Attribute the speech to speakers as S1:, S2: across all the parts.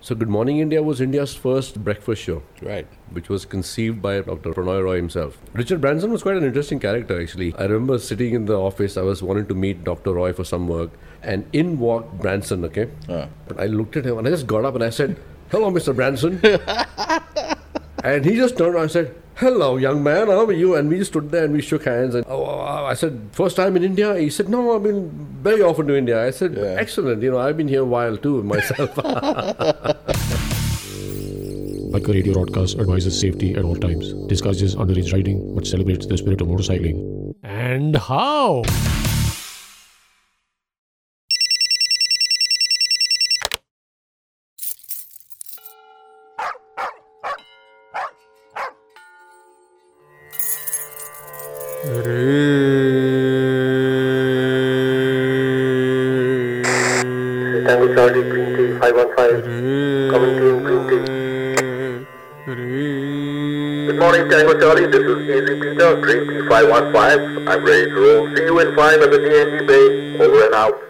S1: So, Good Morning India was India's first breakfast show,
S2: Right.
S1: which was conceived by Dr. Pranoy Roy himself. Richard Branson was quite an interesting character, actually. I remember sitting in the office, I was wanting to meet Dr. Roy for some work, and in walked Branson, okay?
S2: Uh,
S1: But I looked at him and I just got up and I said, Hello, Mr. Branson. and he just turned around and said, Hello, young man, how are you? And we just stood there and we shook hands. And oh, oh, oh," I said, First time in India? He said, No, I've been very often to India. I said,
S2: Yeah.
S1: Excellent. You know, I've been here a while too myself.
S3: Biker Radio Broadcast advises safety at all times, discourages underage riding, but celebrates the spirit of motorcycling. And how?
S4: Tango Charlie, Green Tea 515. Coming to you, Green Tea. Good morning, Tango Charlie. This is Easy Peter, Green Tea 515. I'm ready to roll. See you in 5 at the DND Bay. Over and out.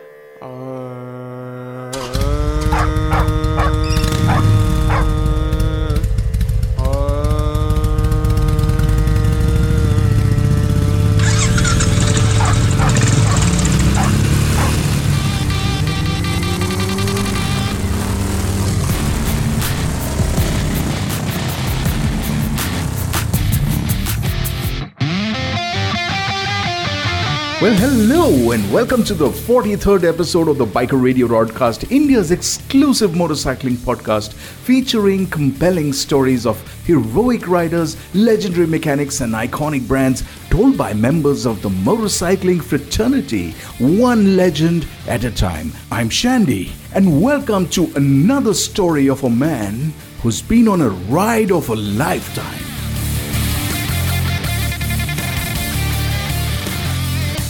S5: Well, hello, and welcome to the 43rd episode of the Biker Radio Broadcast, India's exclusive motorcycling podcast featuring compelling stories of heroic riders, legendary mechanics, and iconic brands told by members of the motorcycling fraternity, one legend at a time. I'm Shandy, and welcome to another story of a man who's been on a ride of a lifetime.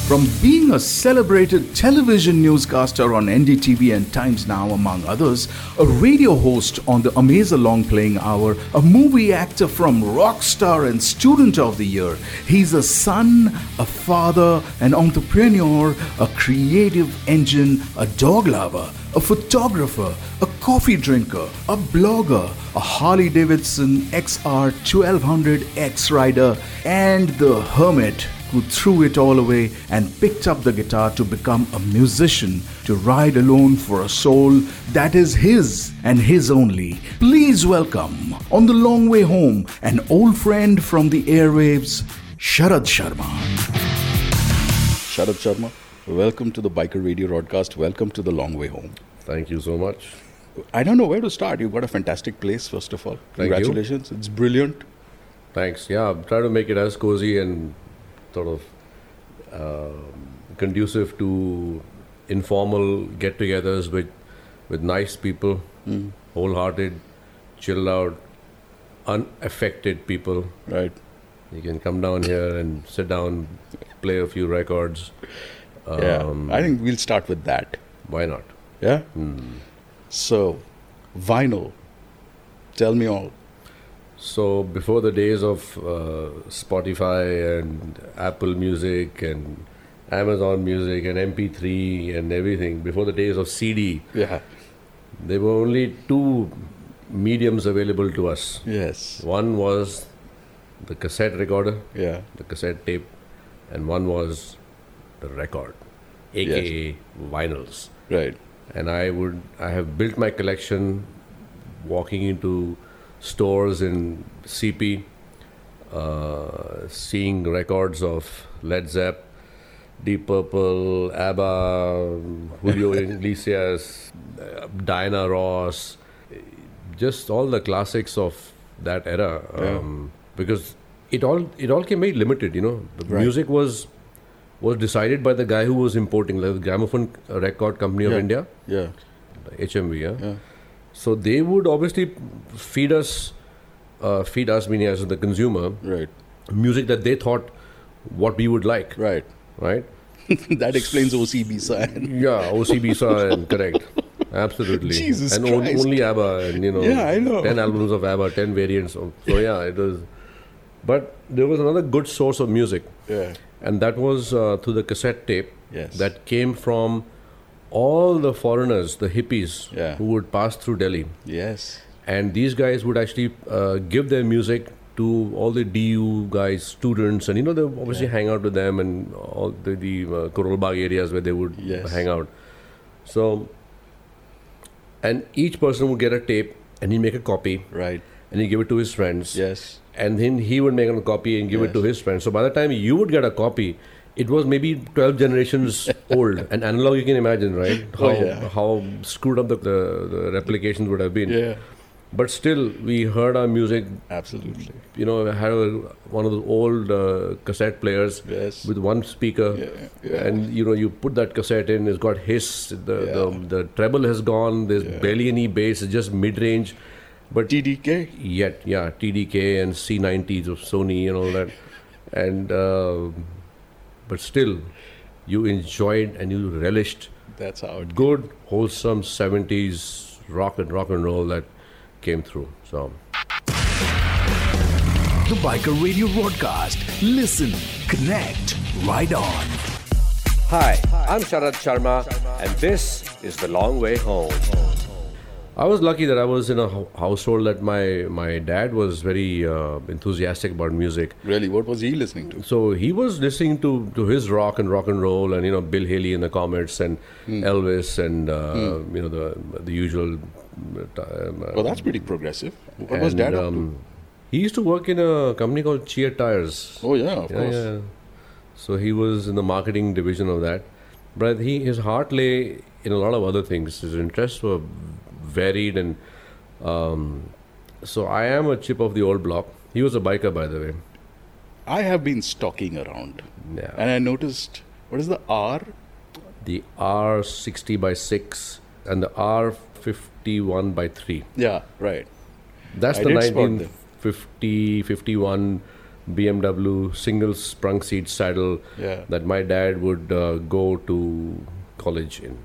S5: From being a celebrated television newscaster on NDTV and Times Now, among others, a radio host on the Amazalong Playing Hour, a movie actor from rock star and Student of the Year, he's a son, a father, an entrepreneur, a creative engine, a dog lover, a photographer, a coffee drinker, a blogger, a Harley Davidson XR 1200 X rider, and the hermit who threw it all away and picked up the guitar to become a musician, to ride alone for a soul that is his and his only. Please welcome, on the long way home, an old friend from the airwaves, Sharad Sharma.
S2: Sharad Sharma, welcome to the Biker Radio Broadcast. Welcome to the long way home.
S1: Thank you so much.
S2: I don't know where to start. You've got a fantastic place, first of all.
S1: Thank you.
S2: Congratulations. It's brilliant.
S1: Thanks. Yeah, I'm trying to make it as cozy and sort of um conducive to informal get togethers with, with nice people, wholehearted, chilled out, unaffected people.
S2: Right.
S1: You can come down here and sit down, play a few records. Um,
S2: yeah. I think we'll start with that.
S1: Why not?
S2: Yeah?
S1: hmm.
S2: So, vinyl. Tell me all.
S1: So before the days of uh, Spotify and Apple Music and Amazon Music and MP3 and everything, before the days of CD,
S2: Yeah.
S1: there were only two mediums available to us.
S2: Yes.
S1: One was the cassette recorder,
S2: Yeah.
S1: the cassette tape, and one was the record, aka vinyls.
S2: Right.
S1: and I would I have built my collection walking into stores in CP, uh, seeing records of Led Zepp, Deep Purple, ABBA, Julio Iglesias, uh, Diana Ross, just all the classics of that era.
S2: Yeah.
S1: Um, Because it all it all came very limited, you know. The
S2: Right.
S1: music was was decided by the guy who was importing, like the Gramophone Record Company of
S2: Yeah.
S1: India,
S2: Yeah.
S1: HMV. Yeah?
S2: Yeah.
S1: So they would obviously feed us, uh, feed us meaning as the consumer,
S2: Right.
S1: music that they thought what we would like,
S2: Right.
S1: right?
S2: that explains OCB sign.
S1: Yeah, OCB and correct. Absolutely.
S2: Jesus
S1: and on-
S2: Christ.
S1: only ABBA, and you know,
S2: Yeah, I know.
S1: 10 albums of ABBA, 10 variants. Of, so, yeah, it was. But there was another good source of music.
S2: Yeah.
S1: and that was uh, through the cassette tape
S2: Yes.
S1: that came from all the foreigners, the hippies,
S6: Yeah.
S1: who would pass through Delhi,
S6: Yes.
S1: and these guys would actually uh, give their music to all the DU guys, students, and you know they obviously hang out with them and all the, the uh, Karol Bagh areas where they would
S6: Yes.
S1: hang out. So, and each person would get a tape and he'd make a copy
S6: Right.
S1: and he'd give it to his friends.
S6: Yes.
S1: And then he would make a copy and give it to
S6: Yes.
S1: his friends. So by the time you would get a copy, it was maybe 12 generations old. And analog, you can imagine, right? How,
S6: Oh, yeah.
S1: how screwed up the, the, the replications would have been
S6: Yeah.
S1: but still we heard our music
S6: Absolutely.
S1: you know I had a, one of the old uh, cassette players
S6: Yes.
S1: with one speaker
S6: Yeah, yeah.
S1: and you know you put that cassette in it's got hiss the,
S6: Yeah.
S1: the, the treble has gone there's
S6: Yeah.
S1: barely any bass it's just mid-range but
S6: TDK.
S1: yet yeah tdk and c90s of sony and all that and uh, but still you enjoyed and you relished
S6: That's how it
S1: good wholesome 70s rock and rock and roll that came through so
S2: The Biker Radio Broadcast. Listen, connect, ride on.
S1: Hi, I'm Sharad Sharma, and this is The Long Way Home. I was lucky that I was in a hou- household that my, my dad was very uh, enthusiastic about music.
S6: Really, what was he listening to?
S1: So he was listening to, to his rock and rock and roll, and you know Bill Haley and the Comets, and
S6: Hmm.
S1: Elvis, and uh, you know the the usual. uh, Um,
S6: Well, that's pretty progressive. What was
S1: and,
S6: dad up to?
S1: um, He used to work in a company called Cheer Tires.
S6: Oh yeah, of
S1: Yeah,
S6: course.
S1: yeah. So he was in the marketing division of that, but he his heart lay in a lot of other things. His interests were varied, and um, so I am a chip of the old block. He was a biker, by the way.
S6: I have been stalking around,
S1: Yeah.
S6: and I noticed what is the R?
S1: The R sixty by six and the R fifty one by three.
S6: Yeah, right.
S1: That's
S6: I
S1: the
S6: did spot them.
S1: 1950 51 BMW single sprung seat saddle
S6: Yeah.
S1: that my dad would uh, go to college in.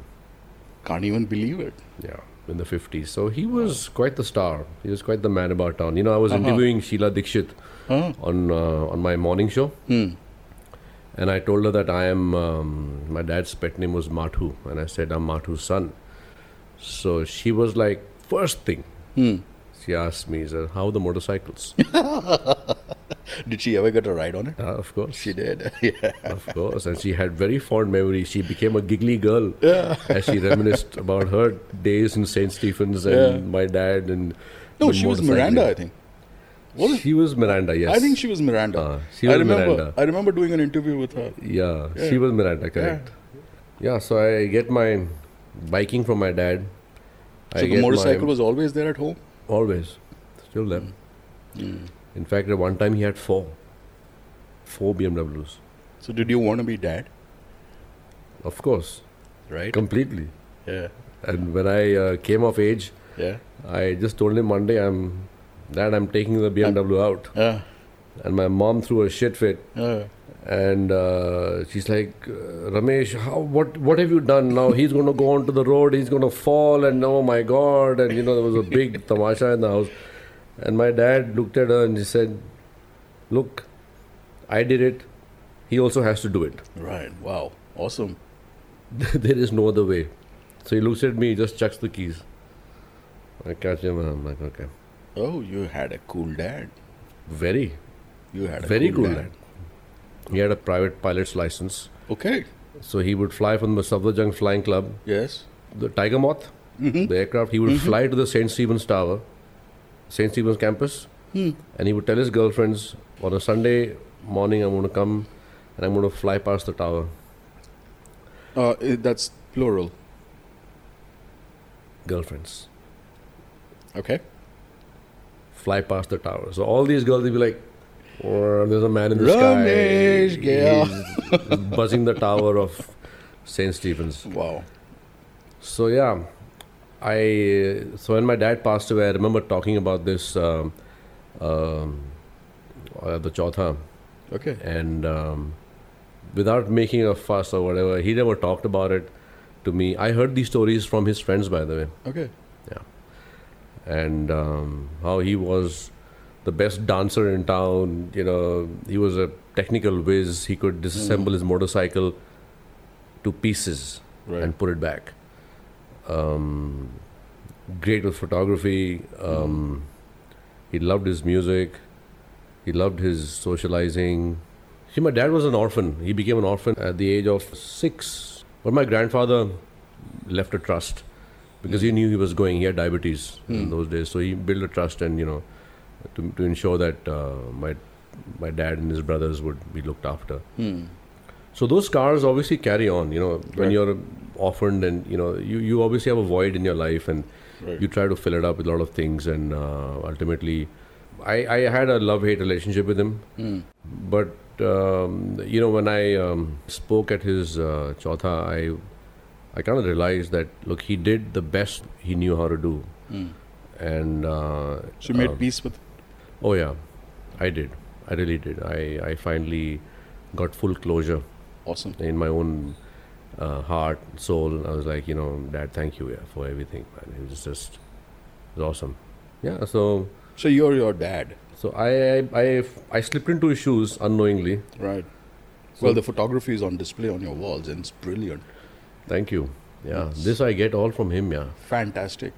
S6: Can't even believe it.
S1: Yeah, in the 50s. So he was quite the star. He was quite the man about town. You know, I was interviewing Sheila Dikshit
S6: Huh?
S1: on uh, on my morning show, and I told her that I am um, my dad's pet name was Mathu, and I said I'm Mathu's son. So she was like, first thing. She asked me, "Sir, how are the motorcycles?
S6: Did she ever get a ride on it?
S1: Uh, of course,
S6: She did. yeah.
S1: of course. And she had very fond memories. She became a giggly girl as she reminisced about her days in St. Stephen's and
S6: Yeah.
S1: my dad. And
S6: No,
S1: the
S6: she was
S1: motorcycling.
S6: Miranda, I think. What is-
S1: She was Miranda, yes.
S6: I think she was Miranda.
S1: Uh, she was
S6: I remember.
S1: Miranda.
S6: I remember doing an interview with her.
S1: yeah, she was Miranda, correct. Yeah. so I get my biking from my dad.
S6: So the motorcycle was always there at home.
S1: always still there.
S6: Hmm.
S1: In fact, at one time he had four, four BMWs.
S6: So did you want to be dad?
S1: Of course,
S6: Right.
S1: completely.
S6: Yeah.
S1: And when I uh, came of age,
S6: Yeah.
S1: I just told him one day, "I'm dad, I'm taking the BMW out."
S6: Uh,
S1: And my mom threw a shit fit
S6: uh,
S1: and uh, she's like, uh, Ramesh, how, what, what have you done now? He's going to go onto the road, he's going to fall, and oh my God. And you know, there was a big tamasha in the house. And my dad looked at her and he said, Look, I did it. He also has to do it.
S6: right. Wow. Awesome.
S1: there is no other way. So he looks at me, just chucks the keys. I catch him and I'm like, Okay.
S6: Oh, you had a cool dad.
S1: Very,
S6: You had a
S1: very
S6: cool,
S1: cool lad. He had a private pilot's license.
S6: Okay.
S1: So he would fly from the Safdarjung Flying Club
S6: Yes.
S1: the Tiger Moth,
S6: Mm-hmm.
S1: the aircraft, he would fly to the St. Stephen's Tower, St. Stephen's campus,
S6: Hmm.
S1: and he would tell his girlfriends, on a Sunday morning, I'm going to come and I'm going to fly past the tower.
S6: Uh, i- that's plural.
S1: Girlfriends,
S6: Okay.
S1: fly past the tower. So all these girls, they'd be like, or there's a man in the
S6: Ramesh
S1: sky.
S6: Gaya."
S1: He's buzzing the tower of St. Stephen's.
S6: Wow.
S1: So yeah, I so when my dad passed away, I remember talking about this um, um, at the Chautha,
S6: Okay.
S1: and um, without making a fuss or whatever, he never talked about it to me. I heard these stories from his friends, by the way,
S6: Okay.
S1: and um, how he was the best dancer in town. You know, he was a technical whiz. He could disassemble his motorcycle to pieces
S6: Right.
S1: and put it back. um, great with photography. Um, He loved his music. He loved his socializing. See, my dad was an orphan. He became an orphan at the age of six. But my grandfather left a trust because he knew he was going. He had diabetes in those days, so he built a trust and you know to, to ensure that uh, my my dad and his brothers would be looked after.
S6: Hmm.
S1: So those scars obviously carry on, you know, when
S6: Right.
S1: you're orphaned and, you know, you, you obviously have a void in your life and
S6: Right.
S1: you try to fill it up with a lot of things and uh, ultimately I, I had a love-hate relationship with him.
S6: Mm.
S1: But, um, you know, when I um, spoke at his uh, chautha, I, I kind of realized that, look, he did the best he knew how to do.
S6: Mm.
S1: And uh,
S6: So you made
S1: um,
S6: peace with.
S1: Oh yeah, I did. I really did. I, I finally got full closure
S6: Awesome.
S1: in my own uh, heart, soul. I was like, you know, Dad, thank you yeah, for everything, man. It was just it was awesome. Yeah. So
S6: So you're your dad,
S1: so I I I, I slipped into his shoes unknowingly.
S6: right?
S1: So-
S6: well, the photography is on display on your walls, and it's brilliant,
S1: Thank you. Yeah.
S6: Yes.
S1: This I get all from him. Yeah.
S6: fantastic.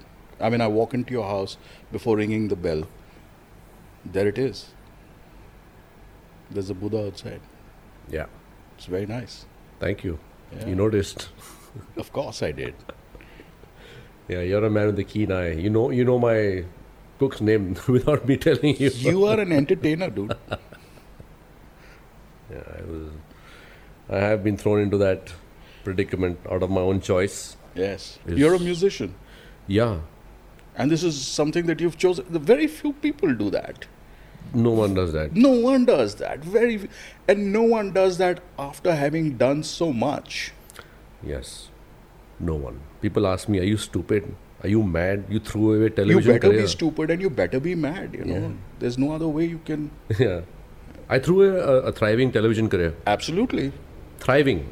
S6: I mean, I walk into your house before ringing the bell. There it is. There's a Buddha outside.
S1: Yeah.
S6: It's very nice.
S1: Thank you.
S6: Yeah.
S1: You noticed.
S6: Of course, I did.
S1: Yeah. You're a man with a keen eye. You know. You know my cook's name without me telling you.
S6: You are an entertainer, dude.
S1: Yeah, I was. I have been thrown into that predicament out of my own choice.
S6: Yes.
S1: Yes.
S6: You're a musician.
S1: Yeah,
S6: And this is something that you've chosen. The very few people do that.
S1: no one does that.
S6: No one does that. Very, few. and no one does that after having done so much.
S1: Yes, no one. People ask me, "Are you stupid? Are you mad? You threw away
S6: You
S1: television
S6: better
S1: career."
S6: be stupid and you better be mad. You know,
S1: Yeah.
S6: there's no other way you can.
S1: yeah, I threw away a, a thriving television career.
S6: Absolutely.
S1: Thriving.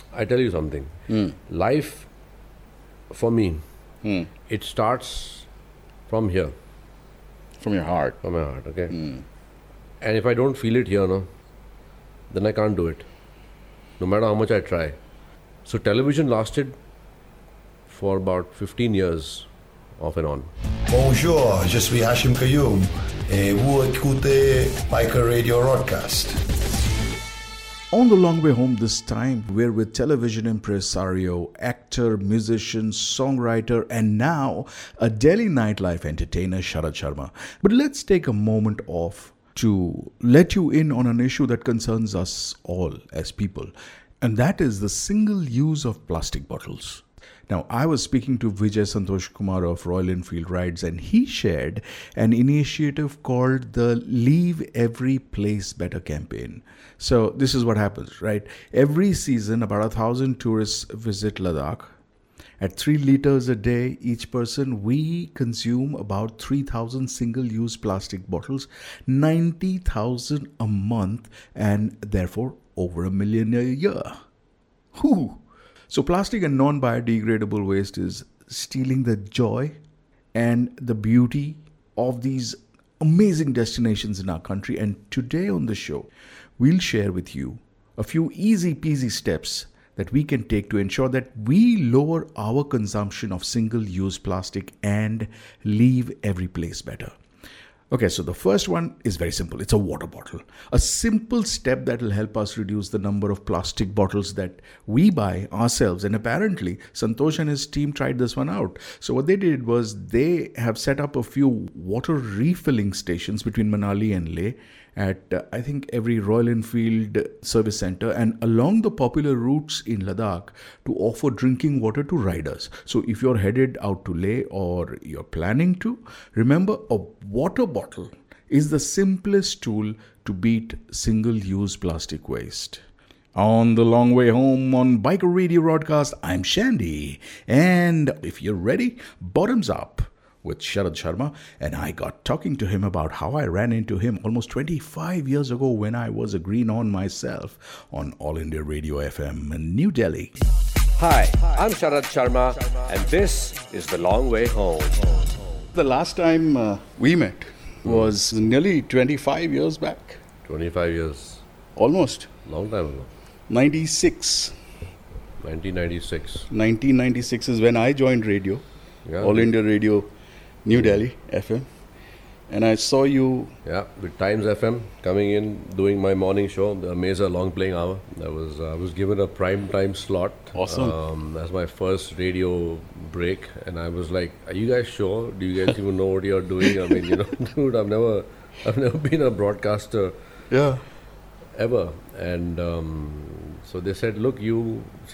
S1: I tell you something. Life, for me,
S6: Hmm.
S1: it starts from here,
S6: From your heart.
S1: from my heart. Okay.
S7: Hmm.
S1: And if I don't feel it here, no, then I can't do it. No matter how much I try. So television lasted for about 15 years, off and on.
S8: Bonjour, je suis Hashim Kayoum et vous écoutez Biker Radio Broadcast.
S2: On the long way home this time, we're with television impresario, actor, musician, songwriter, and now a Delhi nightlife entertainer, Sharad Sharma. But let's take a moment off to let you in on an issue that concerns us all as people, and that is the single use of plastic bottles. Now, I was speaking to Vijay Santosh Kumar of Royal Enfield Rides, and he shared an initiative called the Leave Every Place Better campaign. So, this is what happens, right? Every season, about a thousand tourists visit Ladakh. At 3 liters a day each person, we consume about 3,000 single use plastic bottles, 90,000 a month, and therefore over a million a year. Whew. So, plastic and non biodegradable waste is stealing the joy and the beauty of these amazing destinations in our country. And today on the show, we'll share with you a few easy peasy steps that we can take to ensure that we lower our consumption of single use plastic and leave every place better. Okay, so the first one is very simple. It's a water bottle. A simple step that will help us reduce the number of plastic bottles that we buy ourselves. And apparently, Santosh and his team tried this one out. So, what they did was they have set up a few water refilling stations between Manali and Leh at, uh, I think, every Royal Enfield service center and along the popular routes in Ladakh to offer drinking water to riders. So, if you're headed out to Leh or you're planning to, remember a water bottle is the simplest tool to beat single use plastic waste. On the long way home on Biker Radio Broadcast, I'm Shandy. And if you're ready, bottoms up with Sharad Sharma. And I got talking to him about how I ran into him almost 25 years ago when I was a green on myself on All India Radio FM in New Delhi.
S7: Hi, I'm Sharad Sharma, and this is The Long Way Home.
S6: The last time uh, we met was nearly 25 years back,
S1: 25 years,
S6: almost
S1: long time ago.
S6: 96.
S1: 1996.
S6: 1996 is when I joined radio,
S1: Yeah.
S6: All India Radio, New Delhi FM, and I saw you.
S1: Yeah, with Times FM coming in, doing my morning show, the Mesa Long Playing Hour. I was uh, I was given a prime time slot.
S6: Awesome.
S1: Um, that's my first radio break, and I was like, "Are you guys sure? Do you guys even know what you're doing? I mean, you know, dude, I've never, I've never been a broadcaster
S6: Yeah.
S1: ever." And um, so they said, "Look, you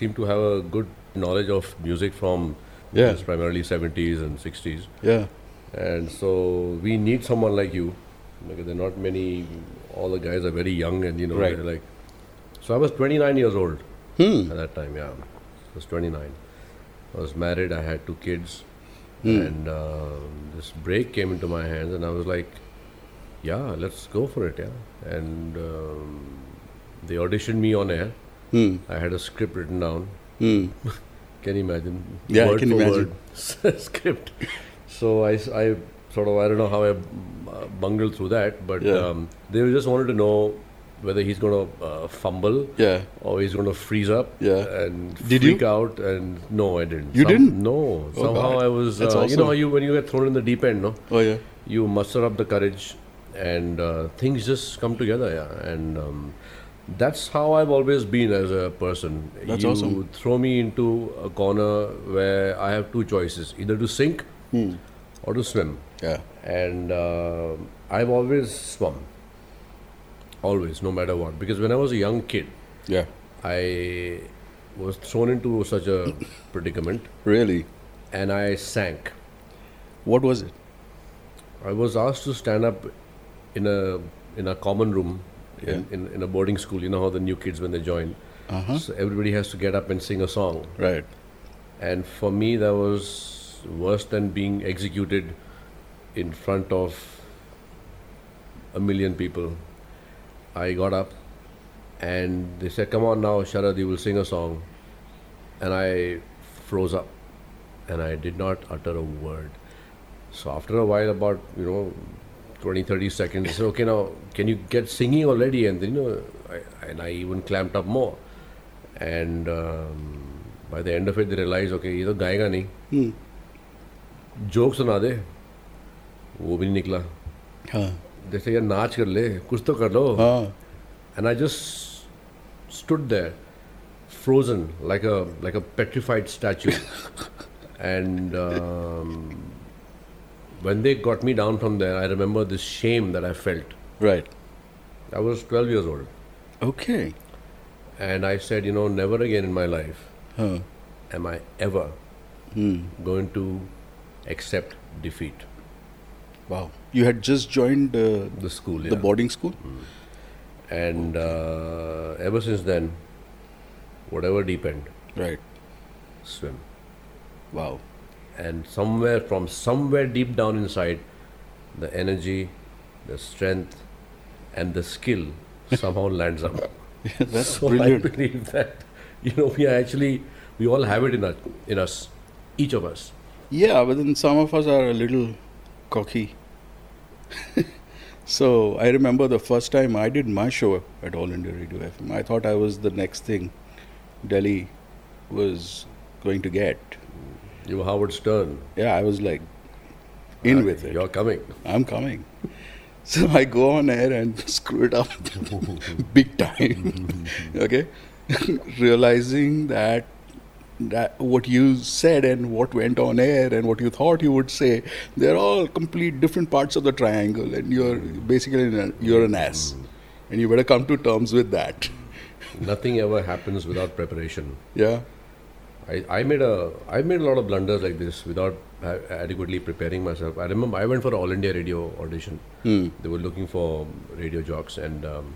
S1: seem to have a good knowledge of music from,
S6: Yeah.
S1: it's primarily 70s and 60s."
S6: Yeah.
S1: And so we need someone like you because there are not many. All the guys are very young, and you know,
S6: Right.
S1: they're like. So I was 29 years old
S6: Hmm.
S1: at that time. Yeah, I was 29. I was married. I had two kids,
S6: Hmm.
S1: and um this break came into my hands, and I was like, "Yeah, let's go for it." Yeah, and um, they auditioned me on air.
S6: Hmm.
S1: I had a script written down.
S6: Hmm.
S1: Can you imagine?
S6: Yeah, I can imagine.
S1: word script. So I, s- I sort of, I don't know how I uh, bungled through that, but
S6: Yeah.
S1: um, they just wanted to know whether he's going to uh, fumble
S6: Yeah.
S1: or he's going to freeze up
S6: Yeah.
S1: and
S6: Did
S1: freak
S6: you?
S1: out. And no, I didn't.
S6: You didn't?
S1: No.
S6: Oh,
S1: Somehow
S6: God.
S1: I was,
S6: That's
S1: uh, you know,
S6: awesome.
S1: how you when you get thrown in the deep end, no?
S6: Oh yeah.
S1: you muster up the courage and uh, things just come together yeah and um, that's how i've always been as a person
S6: That's
S1: you
S6: awesome.
S1: throw me into a corner where i have two choices either to sink or to swim
S6: Hmm. Yeah.
S1: and uh, i've always swum always no matter what because when i was a young kid
S6: Yeah.
S1: i was thrown into such a predicament
S6: Really.
S1: and i sank
S6: What was it?
S1: I was asked to stand up in a in a common room in,
S6: Yeah.
S1: in, in a boarding school. You know how the new kids when they join,
S6: Uh-huh.
S1: so everybody has to get up and sing a song.
S6: Right.
S1: And for me, that was worse than being executed in front of a million people. I got up and they said, Come on now, Sharad, you will sing a song. And I froze up and I did not utter a word. So after a while, about, you know, 20, 30 seconds, they said, Okay, now can you get singing already? And, you know, I, and I even clamped up more. And um, by the end of it, they realized, okay, ये तो गाएगा नहीं joke सुना दे वो भी नहीं निकला
S6: Huh.
S1: जैसे यार नाच कर ले कुछ तो कर लो
S6: Ah.
S1: and I just stood there, frozen like a like a petrified statue. and um, when they got me down from there, I remember this shame that I felt.
S6: Right.
S1: I was 12 years old,
S6: Okay.
S1: and I said, you know, never again in my life
S6: Huh. Hmm.
S1: am I ever going to accept defeat.
S6: Wow. You had just joined uh,
S1: The school, yeah.
S6: the boarding school.
S1: and uh, ever since then, whatever deep end,
S6: Right.
S1: swim.
S6: Wow.
S1: and somewhere from somewhere deep down inside the energy the strength and the skill somehow lands up
S6: That's
S1: so
S6: brilliant.
S1: i believe that you know we are actually we all have it in us in us each of us
S6: Yeah, but then some of us are a little cocky. so I remember the first time I did my show at All India Radio FM. I thought I was the next thing Delhi was going to get.
S1: you were howard stern
S6: Yeah, I was like in
S1: Uh,
S6: with it.
S1: you're coming
S6: I'm coming. So I go on air and screw it up big time. okay? Realizing that that what you said and what went on air and what you thought you would say, they're all complete different parts of the triangle and you're basically an, you're an ass. And you better come to terms with that.
S1: nothing ever happens without preparation
S6: Yeah.
S1: I, I made a I made a lot of blunders like this without a- adequately preparing myself. I remember I went for an All India Radio audition. They were looking for um, radio jocks, and um,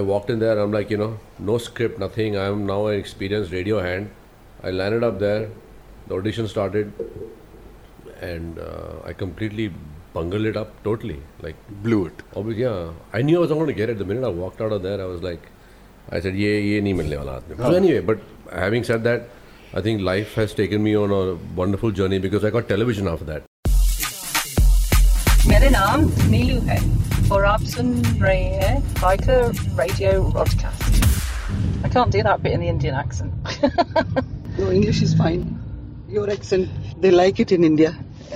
S1: I walked in there. I'm like, you know, no script, nothing. I'm now an experienced radio hand. I landed up there. The audition started, and uh, I completely bungled it up totally. Like
S6: Blew it.
S1: Obviously, yeah. I knew I was not going to get it. The minute I walked out of there, I was like, I said, ye, ye nahi milne wala aadmi. So anyway, but having said that, I think life has taken me on a wonderful journey because I got television after that.
S9: मेरा नाम नीलू है और आप सुन रहे हैं biker radio broadcast I can't do that bit in the Indian accent.
S10: No, English is fine. Your accent, they like it in India.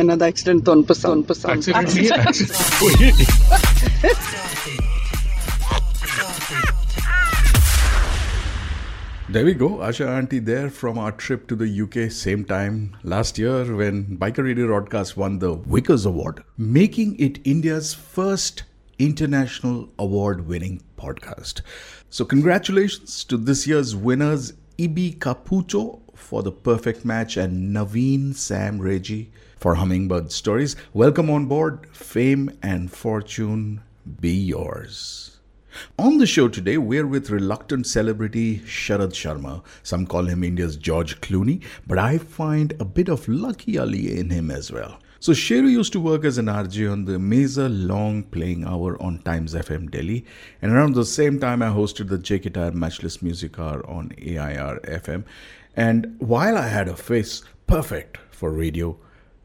S10: Another accent, ton pasan, pasan.
S2: There we go, Asha Auntie there from our trip to the UK, same time last year when Biker Radio Broadcast won the Vickers Award, making it India's first international award winning podcast. So, congratulations to this year's winners, Ibi Caputo for the perfect match and Naveen Sam Reggie for Hummingbird Stories. Welcome on board. Fame and fortune be yours. On the show today, we're with reluctant celebrity Sharad Sharma. Some call him India's George Clooney, but I find a bit of Lucky Ali in him as well. So, Sheru used to work as an RJ on the Mesa Long Playing Hour on Times FM Delhi, and around the same time, I hosted the J Guitar Matchless Music Hour on AIR FM. And while I had a face perfect for radio,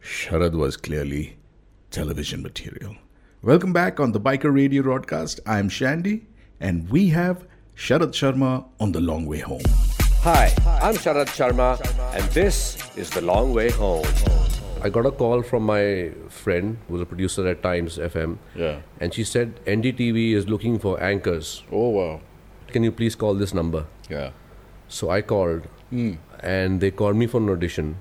S2: Sharad was clearly television material. Welcome back on the Biker Radio broadcast. I'm Shandy, and we have Sharad Sharma on the long way home.
S7: Hi, I'm Sharad Sharma, and this is The Long Way Home.
S1: I got a call from my friend who was a producer at Times FM.
S6: Yeah.
S1: And she said NDTV is looking for anchors.
S6: Oh, wow.
S1: Can you please call this number?
S6: Yeah.
S1: So I called and they called me for an audition.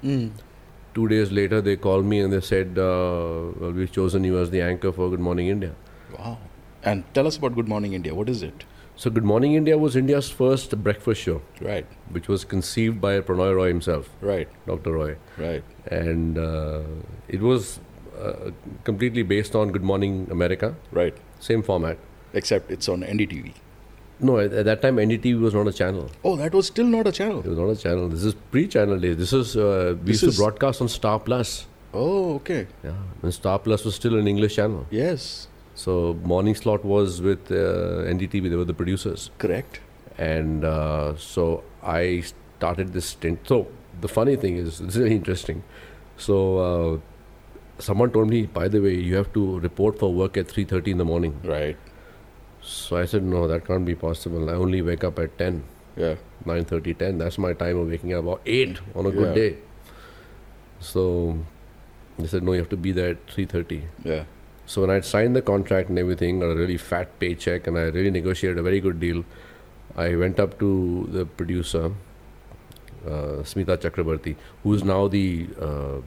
S1: Two days later, they called me and they said, uh, Well, we've chosen you as the anchor for Good Morning India.
S6: Wow. And tell us about Good Morning India. What is it?
S1: So, Good Morning India was India's first breakfast show,
S6: Right,
S1: which was conceived by Pranoy Roy himself,
S6: right,
S1: Dr. Roy.
S6: right.
S1: And uh, it was uh, completely based on Good Morning America,
S6: Right.
S1: same format.
S6: Except it's on NDTV.
S1: No, at, at that time, NDTV was not a channel.
S6: Oh, that was still not a channel.
S1: It was not a channel. This is pre-channel days. This is uh, we
S6: This
S1: used
S6: is-
S1: to broadcast on Star Plus.
S6: Oh, okay.
S1: Yeah, when Star Plus was still an English channel.
S6: Yes,
S1: So morning slot was with uh, NDTV. They were the producers,
S6: correct.
S1: and uh, so I started this stint. So the funny thing is, this is very interesting. So uh, someone told me, by the way, you have to report for work at three thirty in the morning.
S6: Right.
S1: So I said, no, that can't be possible. I only wake up at ten.
S6: Yeah.
S1: 9.30, 10. That's my time of waking up. Or 8 on a
S6: Yeah.
S1: good day. So they said, no, you have to be there at 3.30.
S6: Yeah.
S1: So when I signed the contract and everything, got a really fat paycheck, and I really negotiated a very good deal, I went up to the producer, uh, Smita Chakrabarti, who is now the uh,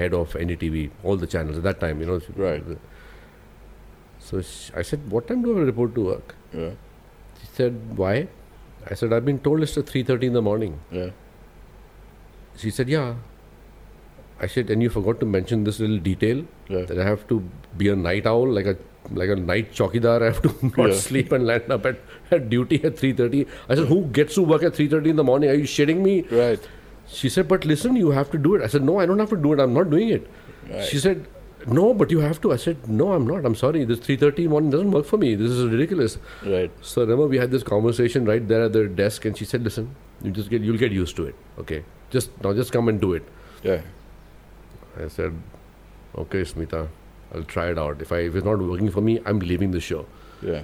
S1: head of NDTV, all the channels at that time, you know. she-
S6: Right.
S1: So sh I said, what time do I report to work?
S6: Yeah.
S1: She said, why? I said, I've been told it's at 3.30 in the morning.
S6: Yeah.
S1: She said, Yeah. I said, and you forgot to mention this little detail
S6: Yeah.
S1: that I have to be a night owl, like a like a night chokidar. I have to not
S6: Yeah.
S1: sleep and land up at, at duty at three thirty. I said, Who gets to work at three thirty in the morning? Are you shitting me?
S6: Right.
S1: She said, But listen, you have to do it. I said, No, I don't have to do it. I'm not doing it. She said, No, but you have to. I said, No, I'm not. I'm sorry. This three thirty morning doesn't work for me. This is ridiculous.
S6: Right.
S1: So I remember we had this conversation right there at the desk, and she said, "Listen, you just get you'll get used to it. Okay, just now just come and do it."
S6: Yeah.
S1: I said, "Okay, Smita, I'll try it out. If I if it's not working for me, I'm leaving the show."
S6: Yeah.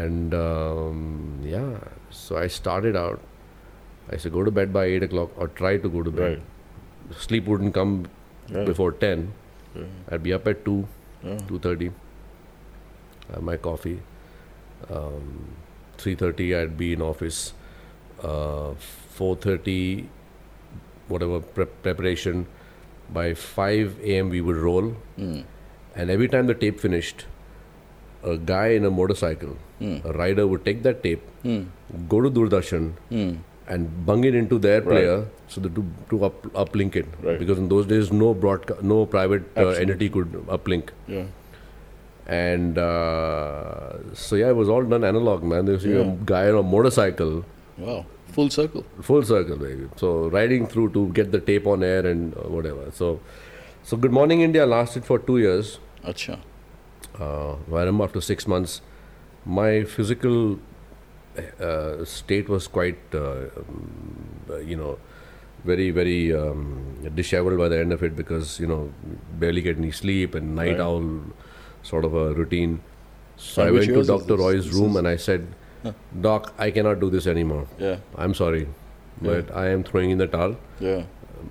S1: And um, yeah, so I started out. I said, "Go to bed by eight o'clock, or try to go to bed.
S6: Right.
S1: Sleep wouldn't come
S6: Yeah.
S1: before ten.
S6: Yeah.
S1: I'd be up at two,
S6: Yeah.
S1: two thirty. Have my coffee. Um, three thirty, I'd be in office. Uh, Four thirty, whatever prep- preparation. By five a.m., we would roll.
S6: Mm.
S1: And every time the tape finished, a guy in a motorcycle,
S6: Mm.
S1: a rider, would take that tape,
S6: Mm.
S1: go to Doordarshan,
S6: Mm.
S1: and bung it into their player so that to, to up, uplink it
S6: Right.
S1: because in those days no broadca- no private uh, entity could uplink
S6: Yeah.
S1: and uh, so yeah it was all done analog man there was you know, a guy on a motorcycle
S6: Wow. Full circle.
S1: full circle baby so riding through to get the tape on air and uh, whatever so so good morning india lasted for 2 years
S6: Acha.
S1: uh, I remember after six months, my physical uh, state was quite, uh, um, uh, you know, very, very um, disheveled by the end of it because, you know, barely get any sleep and night
S6: Right.
S1: owl sort of a routine. So
S6: And
S1: I
S6: which
S1: went to
S6: years is
S1: Dr.
S6: this?
S1: Roy's
S6: This
S1: room
S6: is-
S1: and I said, Doc, I cannot do this anymore.
S6: Yeah.
S1: I'm sorry, but I am throwing in the towel.
S6: Yeah.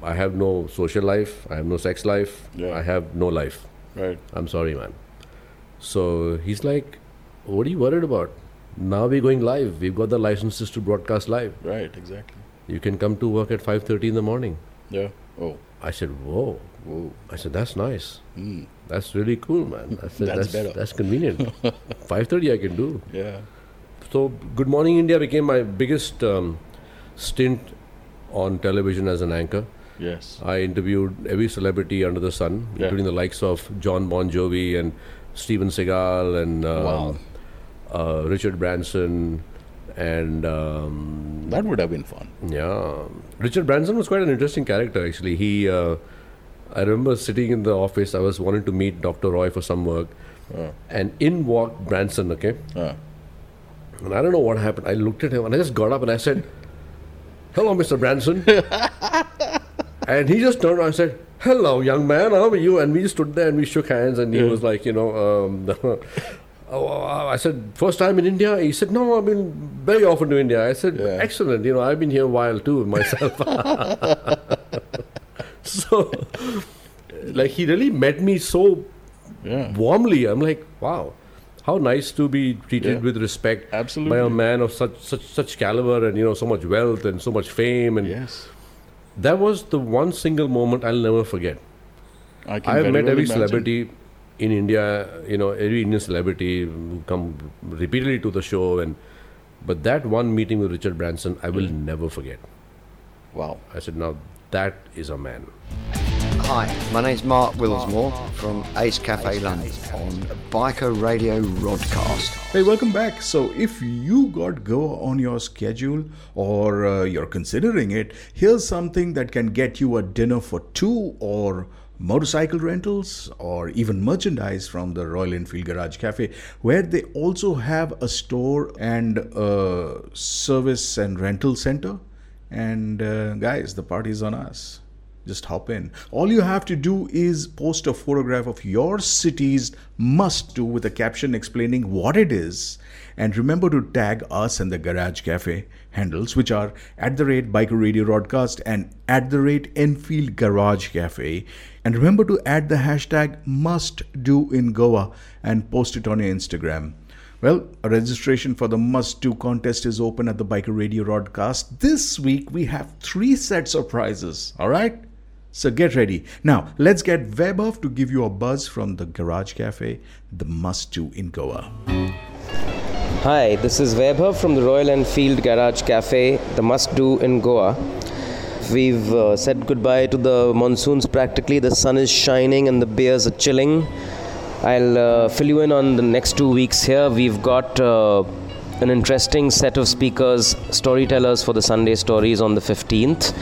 S1: I have no social life. I have no sex life.
S6: Yeah.
S1: I have no life.
S6: Right.
S1: I'm sorry, man. So he's like, What are you worried about? Now we're going live. We've got the licenses to broadcast live.
S6: Right. Exactly.
S1: You can come to work at 5.30 in the morning.
S6: Yeah. Oh.
S1: I said, Whoa.
S6: Whoa.
S1: I said, that's nice.
S6: Mm.
S1: That's really cool, man. I said,
S6: That's
S1: that's,
S6: better."
S1: that's, convenient. 5.30 I can do.
S6: Yeah.
S1: So Good Morning India became my biggest um, stint on television as an anchor.
S6: Yes.
S1: I interviewed every celebrity under the sun,
S6: Yeah.
S1: including the likes of John Bon Jovi and Steven Seagal and um,
S6: Wow.
S1: uh, Richard Branson. And um,
S6: That would have been fun.
S1: yeah, Richard Branson was quite an interesting character actually. He, uh, I remember sitting in the office. I was wanting to meet Dr. Roy for some work, and in walked Branson. Okay,
S6: Uh,
S1: and I don't know what happened. I looked at him and I just got up and I said, "Hello, Mr. Branson," and he just turned around and said. Hello, young man. How are you? And we stood there and we shook hands, and he was like, you know, um, oh, I said, first time in India. He said, no, I've been very often to India. I said,
S6: Yeah.
S1: excellent. You know, I've been here a while too myself. so like he really met me so
S6: yeah.
S1: warmly i'm like wow how nice to be treated
S6: Yeah.
S1: with respect
S6: Absolutely.
S1: by a man of such such such caliber and you know so much wealth and so much fame and
S6: Yes.
S1: that was the one single moment i'll never forget
S6: I can
S1: i've
S6: very
S1: met
S6: well
S1: every
S6: imagine.
S1: celebrity in india you know every indian celebrity who come repeatedly to the show and but that one meeting with richard branson i will never forget
S6: Mm. Wow.
S1: i said now that is a man
S11: Hi, my name's Mark Willsmore from Ace Cafe London on Biker Radio Rodcast.
S2: Hey, welcome back. So, if you got Goa on your schedule or uh, you're considering it, here's something that can get you a dinner for two or motorcycle rentals or even merchandise from the Royal Enfield Garage Cafe, where they also have a store and a service and rental center. And uh, guys, the party's on us. Just hop in. All you have to do is post a photograph of your city's must do with a caption explaining what it is. And remember to tag us and the Garage Cafe handles, which are at the rate Biker Radio Broadcast and at the rate Enfield Garage Cafe. And remember to add the hashtag must do in Goa and post it on your Instagram. Well, registration for the must do contest is open at the Biker Radio Broadcast. This week we have three sets of prizes, all right? So get ready. Now, let's get Vaibhav to give you a buzz from the Garage Cafe, the must do in Goa.
S12: Hi, this is Vaibhav from the Royal Enfield Garage Cafe, the must do in Goa. We've uh, said goodbye to the monsoons practically. The sun is shining and the beers are chilling. I'll uh, fill you in on the next two weeks here. We've got uh, an interesting set of speakers, storytellers for the Sunday stories on the 15th.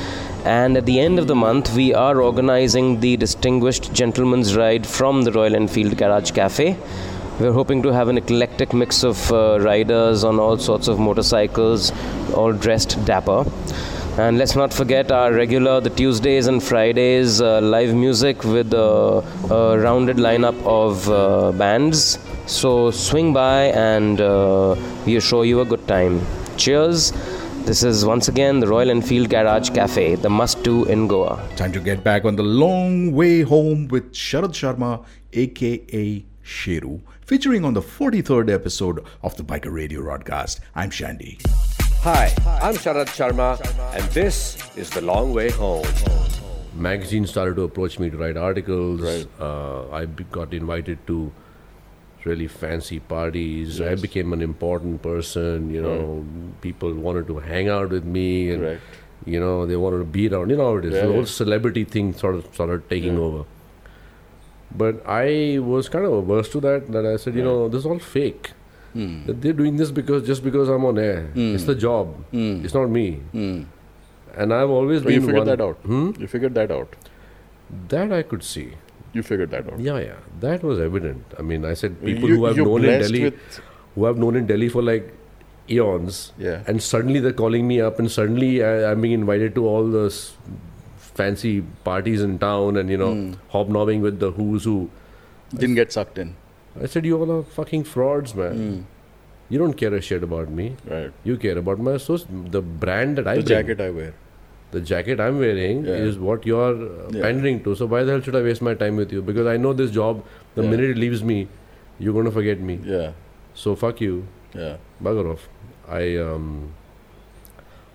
S12: And at the end of the month, we are organizing the Distinguished Gentleman's Ride from the Royal Enfield Garage Cafe. We're hoping to have an eclectic mix of uh, riders on all sorts of motorcycles, all dressed dapper. And let's not forget our regular, the Tuesdays and Fridays, uh, live music with a, a rounded lineup of uh, bands. So swing by and uh, we'll show you a good time. Cheers! This is once again the Royal Enfield Garage Cafe, the must do in Goa.
S2: Time to get back on the long way home with Sharad Sharma, aka Sheru, featuring on the 43rd episode of the Biker Radio Broadcast. I'm Shandy.
S7: Hi, I'm Sharad Sharma, and this is The Long Way Home.
S1: magazines started to approach me to write articles. Uh, I be- got invited to really fancy parties. I became an important person. You know,
S7: Hmm.
S1: people wanted to hang out with me, and
S6: Right.
S1: you know they wanted to be around. You know how it is.
S6: Yeah,
S1: the whole
S6: yeah.
S1: celebrity thing sort of started taking over. But I was kind of averse to that. That I said, you know, this is all fake.
S6: Hmm.
S1: That they're doing this because just because I'm on air. It's the job. It's not me. And I've always
S6: So
S1: been
S6: Hmm. you
S1: one.
S6: figured
S1: Hmm?
S6: that out. Hmm? You figured that out.
S1: That I could see.
S6: You figured that out.
S1: Yeah, yeah, that was evident. I mean, I said people
S6: You-
S1: who I've
S6: you're
S1: known in
S6: blessed
S1: Delhi,
S6: with-
S1: who I've known in Delhi for like eons,
S6: Yeah.
S1: and suddenly they're calling me up, and suddenly I, I'm being invited to all the s- fancy parties in town, and you know,
S6: Hmm.
S1: hobnobbing with the who's who.
S6: Didn't get sucked in. Hmm.
S1: I said, "You all are fucking frauds, man." You don't care a shit about me.
S6: Right.
S1: You care about my source. The brand that I
S6: the
S1: bring,
S6: jacket I wear.
S1: the jacket I'm wearing
S6: Yeah.
S1: is what you're uh,
S6: Yeah.
S1: pandering to. So why the hell should I waste my time with you? Because I know this job. The
S6: Yeah.
S1: minute it leaves me, you're gonna forget me.
S6: Yeah.
S1: So fuck you.
S6: Yeah.
S1: Bugger off. I um,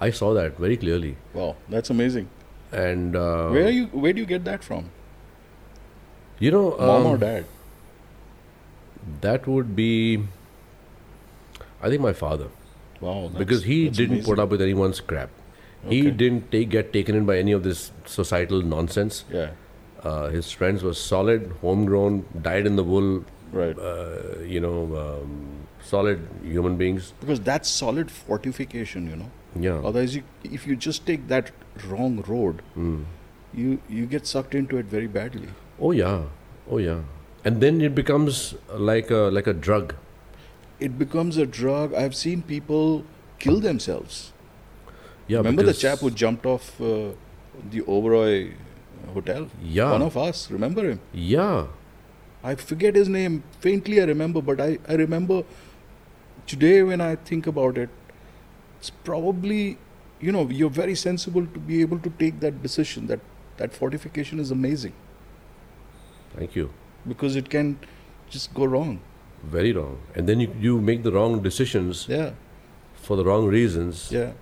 S1: I saw that very clearly.
S6: Wow, that's amazing.
S1: And uh,
S6: where you? Where do you get that from?
S1: You know,
S6: Mom
S1: um,
S6: or dad?
S1: That would be, I think, my father.
S6: Wow. that's-
S1: because he
S6: that's
S1: didn't put
S6: amazing.
S1: up with anyone's crap. He
S6: Okay.
S1: didn't take, get taken in by any of this societal nonsense.
S6: Yeah.
S1: Uh, his friends were solid, homegrown, dyed in the wool,
S6: right.
S1: uh, you know, um, solid human beings.
S6: Because that's solid fortification, you know.
S1: Yeah.
S6: Otherwise, you, if you just take that wrong road,
S1: Hmm.
S6: you you get sucked into it very badly.
S1: Oh yeah, oh yeah. And then it becomes like a like a drug.
S6: It becomes a drug. I've seen people kill themselves.
S1: Yeah.
S6: remember the
S1: because-
S6: chap who jumped off uh, the Oberoi hotel?
S1: Yeah.
S6: One of us. Remember him?
S1: Yeah.
S6: I forget his name. Faintly I remember, but I, I remember today when I think about it, it's probably, you know, you're very sensible to be able to take that decision. That, that fortification is amazing
S1: Thank you.
S6: because it can just go wrong.
S1: Very wrong. And then you you make the wrong decisions
S6: Yeah,
S1: for the wrong reasons.
S6: yeah.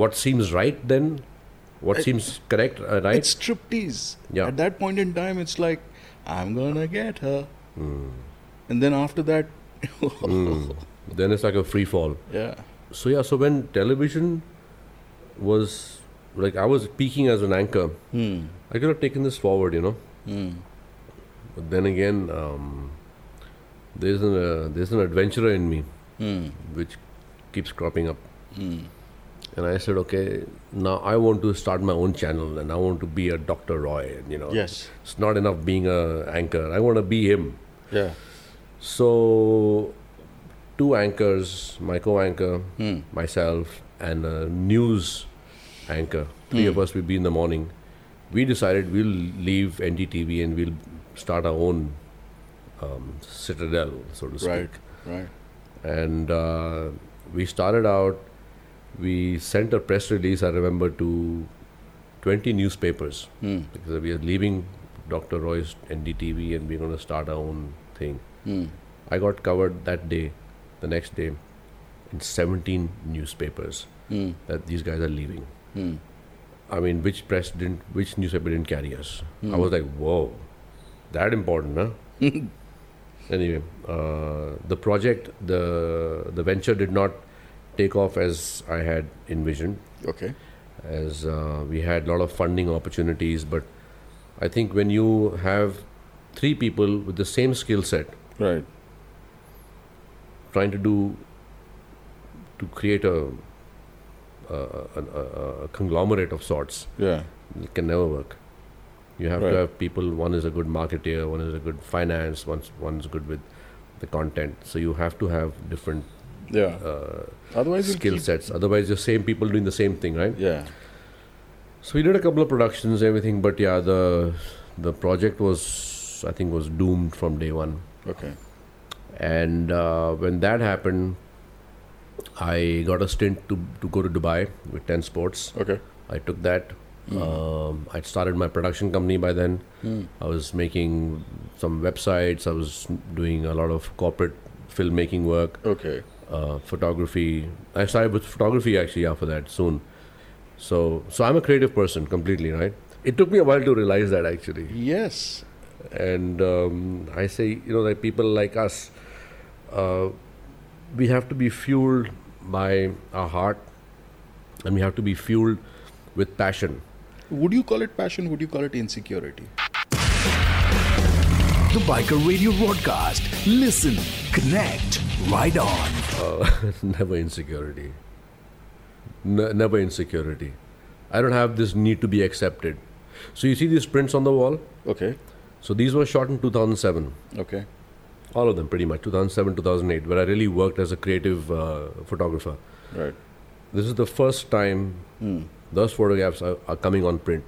S1: What seems right then, what
S6: I-
S1: seems correct, uh, right?
S6: It's striptease.
S1: Yeah.
S6: At that point in time, it's like, I'm gonna get her.
S1: Hmm.
S6: And then after that,
S1: Then it's like a free fall.
S6: yeah,
S1: So yeah, so when television was like I was peaking as an anchor, I could have taken this forward, you know. But then again, um, there's an uh, there's an adventurer in me, which keeps cropping up. And I said, okay, now I want to start my own channel, and I want to be a Dr. Roy. And you know,
S6: Yes.
S1: it's not enough being a anchor. I want to be him.
S6: yeah,
S1: So, two anchors, my co anchor, myself, and a news anchor, three of us will be in the morning. We decided we'll leave NDTV and we'll start our own um, citadel, so to speak.
S6: right, right.
S1: And uh, we started out, we sent a press release, I remember, to 20 newspapers
S6: Hmm.
S1: because we are leaving Dr. Roy's NDTV and we're going to start our own thing.
S6: Hmm.
S1: I got covered that day, the next day, in 17 newspapers
S6: Hmm.
S1: that these guys are leaving.
S6: Hmm.
S1: I mean, which press didn't, which newspaper didn't carry us? I
S6: Hmm.
S1: was like, whoa, that important, huh? anyway, uh, the project, the the venture did not take off as I had envisioned,
S6: Okay.
S1: as uh, we had a lot of funding opportunities. But I think when you have three people with the same skill set,
S6: Right.
S1: trying to do to create a a, a, a- a conglomerate of sorts
S6: Yeah.
S1: it can never work you have
S6: Right.
S1: to have people one is a good marketeer one is a good finance one's one's good with the content so you have to have different
S6: Yeah.
S1: uh,
S6: Otherwise, you'll
S1: skill
S6: keep-
S1: sets otherwise the same people doing the same thing right
S6: Yeah.
S1: so we did a couple of productions everything but yeah the the project was i think was doomed from day one
S6: Okay.
S1: and uh, when that happened i got a stint to, to go to dubai with 10 sports
S6: Okay. Hmm.
S1: i took that um, i'd started my production company by then i was making some websites i was doing a lot of corporate filmmaking work
S6: Okay.
S1: uh, photography i started with photography actually after that soon so so i'm a creative person completely right it took me a while to realize that actually
S6: Yes.
S1: and um, I say, you know, that people like us, uh, we have to be fueled by our heart, and we have to be fueled with passion.
S6: Would you call it passion? Would you call it insecurity?
S2: The Biker Radio broadcast. Listen, connect, ride on.
S1: Uh, never insecurity. Ne- never insecurity. I don't have this need to be accepted. So you see these prints on the wall.
S6: Okay.
S1: So these were shot in 2007.
S6: Okay.
S1: All of them, pretty much 2007, 2008, where I really worked as a creative uh, photographer.
S6: Right.
S1: This is the first time those photographs are, are coming on print.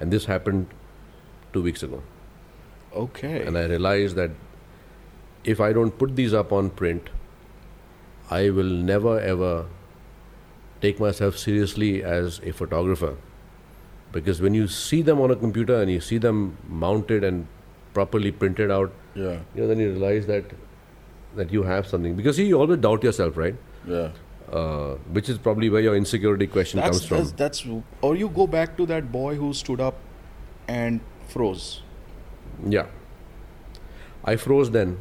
S1: And this happened two weeks ago.
S6: Okay.
S1: And I realized that if I don't put these up on print, I will never ever take myself seriously as a photographer because when you see them on a computer and you see them mounted and properly printed out,
S6: Yeah.
S1: you know, then you realize that that you have something because see, you always doubt yourself, right?
S6: Yeah.
S1: Uh, which is probably where your insecurity question
S6: That's,
S1: comes from.
S6: that's that's or you go back to that boy who stood up and froze.
S1: yeah, I froze then.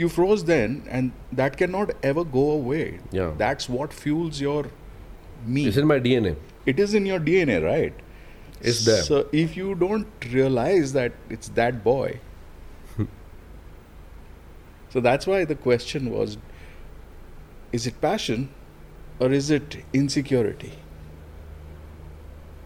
S6: You froze then, and that cannot ever go away.
S1: Yeah.
S6: That's what fuels your me.
S1: It's in my DNA.
S6: It is in your DNA, right?
S1: It's there.
S6: So if you don't realize that it's that boy, so that's why the question was: Is it passion, or is it insecurity?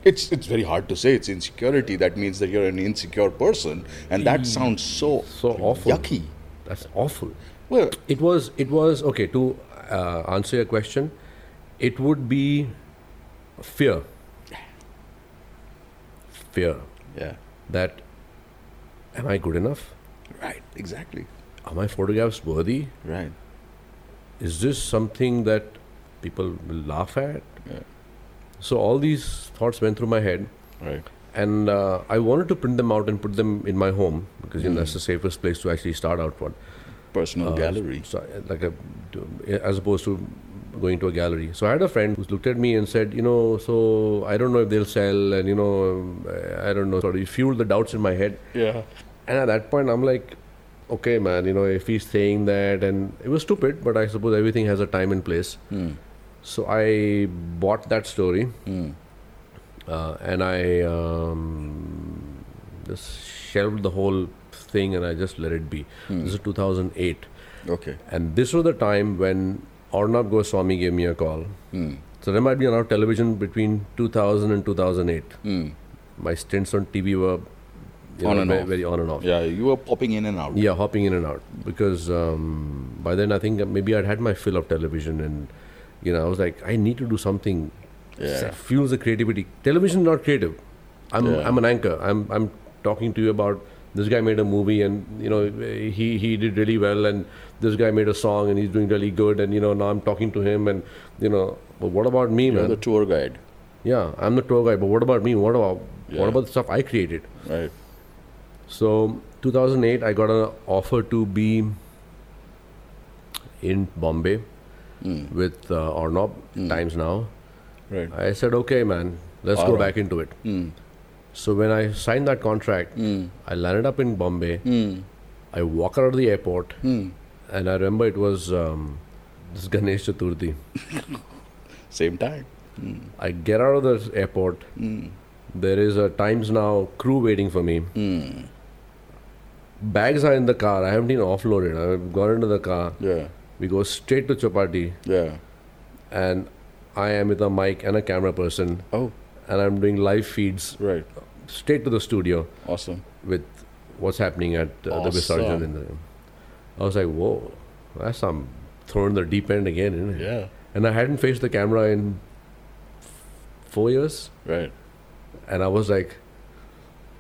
S6: It's it's very hard to say. It's insecurity. That means that you're an insecure person, and that sounds Hmm. so
S1: so awful.
S6: yucky.
S1: That's awful.
S6: Well,
S1: it was. It was okay to uh, answer your question. It would be fear. Fear
S6: Yeah.
S1: that am I good enough?
S6: Right. Exactly.
S1: Are my photographs worthy?
S6: Right.
S1: Is this something that people will laugh at? So all these thoughts went through my head.
S6: Right.
S1: and uh, I wanted to print them out and put them in my home because you
S6: Mm.
S1: know that's the safest place to actually start out one.
S6: Personal gallery.
S1: so, uh, like a, as opposed to going to a gallery. So I had a friend who looked at me and said, you know, so I don't know if they'll sell, and you know, um, I I don't know. Sort of fueled the doubts in my head.
S6: Yeah.
S1: And at that point, I'm like, okay, man, you know, if he's saying that, and it was stupid, but I suppose everything has a time and place. So I bought that story, uh, and I um, just shelved the whole thing, and I just let it be. This is 2008,
S6: Okay.
S1: and this was the time when Arnab Goswami gave me a call.
S6: Hmm.
S1: So there might be on television between 2000 and 2008.
S6: Hmm.
S1: My stints on TV were you
S6: On
S1: know,
S6: and
S1: very,
S6: off.
S1: very on and off.
S6: Yeah. You were popping in and out.
S1: Yeah, hopping in and out because um, by then I think that maybe I'd had my fill of television, and you know I was like, I need to do something.
S6: Yeah.
S1: that fuels the creativity. Television is not creative. I'm
S6: Yeah.
S1: I'm an anchor. I'm I'm talking to you about this guy made a movie and you know he he did really well and this guy made a song and he's doing really good and you know now I'm talking to him and you know but what about me
S6: You're
S1: man
S6: the tour guide.
S1: yeah I'm the tour guy but what about me what about
S6: Yeah.
S1: what about the stuff I created
S6: Right.
S1: so 2008, I got an offer to be in Bombay with uh, Arnob Times Now.
S6: Right.
S1: I said, okay, man, let's go
S6: Alright.
S1: back into it. So when I signed that contract, I landed up in Bombay. I walk out of the airport, and I remember it was um, this Ganesh Chaturthi.
S6: Same time.
S1: I get out of the airport.
S6: Hmm.
S1: There is a Times Now crew waiting for me.
S6: Hmm.
S1: Bags are in the car. I haven't even offloaded. I've gone into the car.
S6: Yeah.
S1: We go straight to Chapati,
S6: Yeah.
S1: and I am with a mic and a camera person,
S6: Oh,
S1: and I'm doing live feeds
S6: right.
S1: straight to the studio
S6: Awesome.
S1: with what's happening at uh, the Visarjan.
S6: Awesome.
S1: In the, I was like, whoa, that's some thrown in the deep end again, isn't it?
S6: Yeah.
S1: And I hadn't faced the camera in f- four years.
S6: Right.
S1: and I was like,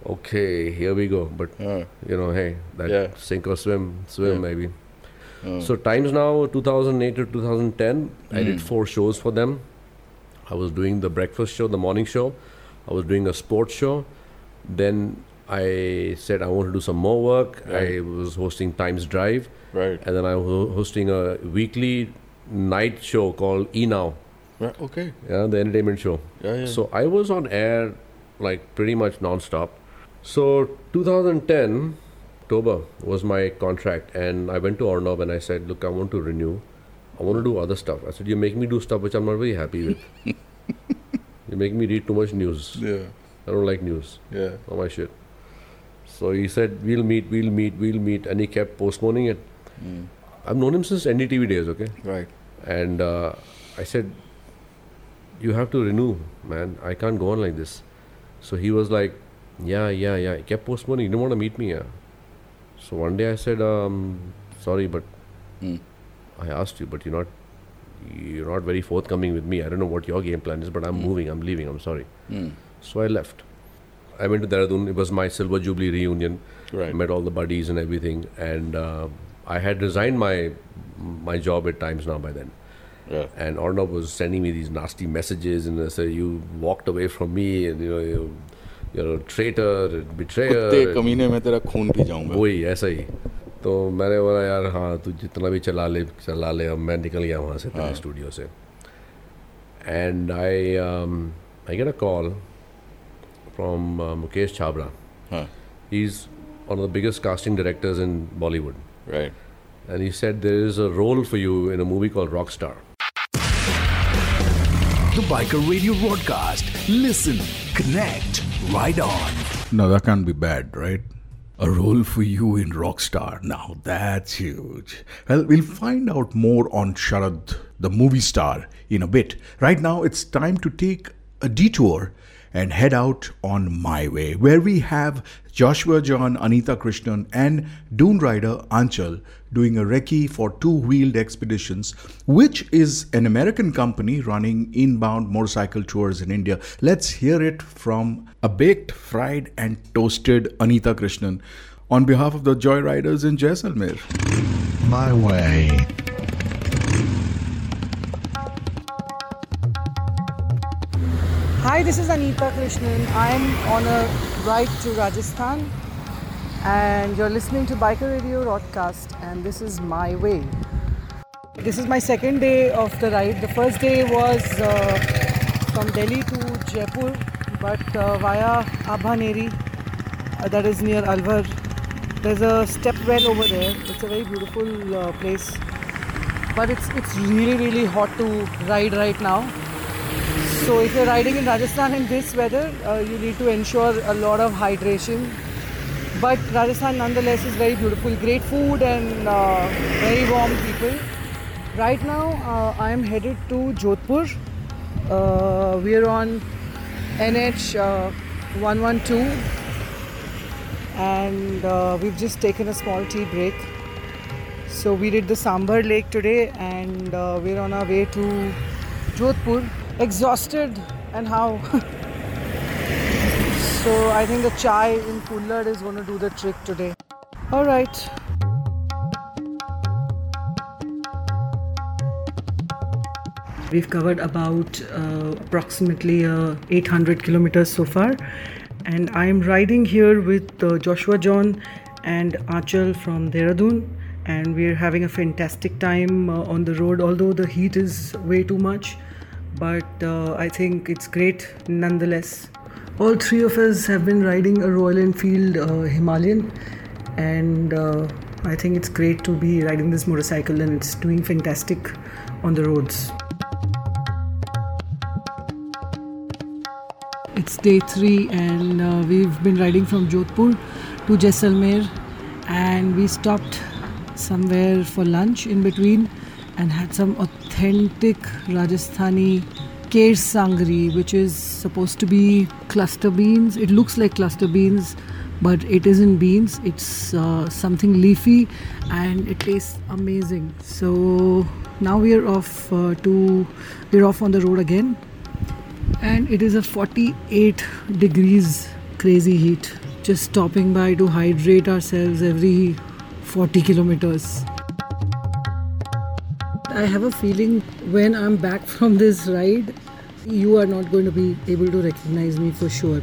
S1: okay, here we go. But
S6: Uh,
S1: you know, hey, that
S6: Yeah.
S1: sink or swim, swim
S6: Yeah.
S1: maybe.
S6: uh,
S1: So times now, 2008 to 2010, I
S6: Mm.
S1: did four shows for them. I was doing the breakfast show, the morning show. I was doing a sports show. Then I said I want to do some more work. I was hosting Times Drive,
S6: right.
S1: and then I was ho- hosting a weekly night show called E Now,
S6: Right. Okay.
S1: yeah, the entertainment show.
S6: Yeah. Yeah.
S1: So I was on air like pretty much nonstop. So 2010 October was my contract, and I went to Arnob and I said, "Look, I want to renew. I want to do other stuff." I said, "You're making me do stuff which I'm not very happy with. You're making me read too much news.
S6: yeah.
S1: I don't like news.
S6: Yeah.
S1: All my shit." So he said, "We'll meet. We'll meet. We'll meet," and he kept postponing it. I've known him since NDTV days. Okay.
S6: Mm. Right.
S1: And uh, I said, You have to renew, man. I can't go on like this. So he was like, Yeah, yeah, yeah. He kept postponing. He didn't want to meet me. Yeah. So one day I said, um, Sorry, but
S6: Hmm.
S1: I asked you, but you're not. You're not very forthcoming with me. I don't know what your game plan is, but
S6: Hmm.
S1: I'm moving. I'm leaving. I'm sorry.
S6: Mm.
S1: So I left. I went to Dehradun. It was my Silver Jubilee reunion. I
S6: Right.
S1: met all the buddies and everything, and uh, I had resigned my my job at Times Now by then.
S6: Yeah.
S1: And Arnob was sending me these nasty messages, and I said, "You walked away from me, and you know, you're, you're a traitor, a betrayer."
S6: कुत्ते कमीने में तेरा खून P जाऊंगा
S1: वही ऐसा ही तो मैंने बोला यार हाँ तू जितना भी चला ले चला ले अब मैं निकल गया वहाँ से तेरे स्टूडियो से um, and I I get a call from Mukesh Chhabra
S6: Huh.
S1: uh, he's one of the biggest casting directors in Bollywood.
S6: Right.
S1: And he said there is a role for you in a movie called Rockstar.
S2: The Biker Radio broadcast. Listen, connect, ride on.
S6: No, that can't be bad.
S2: right? A role for you in Rockstar. Now that's huge. Well, we'll find out more on Sharad, the movie star, in a bit. Right now, it's time to take a detour and head out on My Way, where we have Joshua John, Anita Krishnan, and Dune rider Anchal doing a recce for Two Wheeled Expeditions, which is an American company running inbound motorcycle tours in India. Let's hear it from a baked, fried, and toasted Anita Krishnan on behalf of the Joyriders in Jaisalmer.
S8: My way.
S13: Hi, this is Anita Krishnan. I'm on a ride to Rajasthan, and you're listening to Biker Radio Broadcast, and this is my way. This is my second day of the ride. The first day was uh, from Delhi to Jaipur, but uh, via Abhaneri, uh, that is near Alwar. There's a step well over there. It's a very beautiful uh, place, but it's it's really really hot to ride right now. So if you're riding in Rajasthan in this weather, uh, you need to ensure a lot of hydration. But Rajasthan nonetheless is very beautiful, great food and uh, very warm people. Right now, uh, I am headed to Jodhpur. Uh, we are on NH uh, 112 and uh, we've just taken a small tea break. So we did the Sambar Lake today and uh, we're on our way to Jodhpur. Exhausted and how? so I think the chai in Pullad is going to do the trick today. All right. We've covered about uh, approximately uh, 800 kilometers so far, and I'm riding here with uh, Joshua John and Achal from Dehradun, and we're having a fantastic time uh, on the road. Although the heat is way too much, but uh, I think it's great nonetheless. All three of us have been riding a Royal Enfield uh, Himalayan, and uh, I think it's great to be riding this motorcycle, and it's doing fantastic on the roads. It's day three, and uh, we've been riding from Jodhpur to Jaisalmer, and we stopped somewhere for lunch in between, and had some authentic Rajasthani kher sangri, which is supposed to be cluster beans. It looks like cluster beans, but it isn't beans. It's uh, something leafy, and it tastes amazing. So now we are off uh, to we're off on the road again and it is a 48 degrees crazy heat just stopping by to hydrate ourselves every 40 kilometers i have a feeling when i'm back from this ride you are not going to be able to recognize me for sure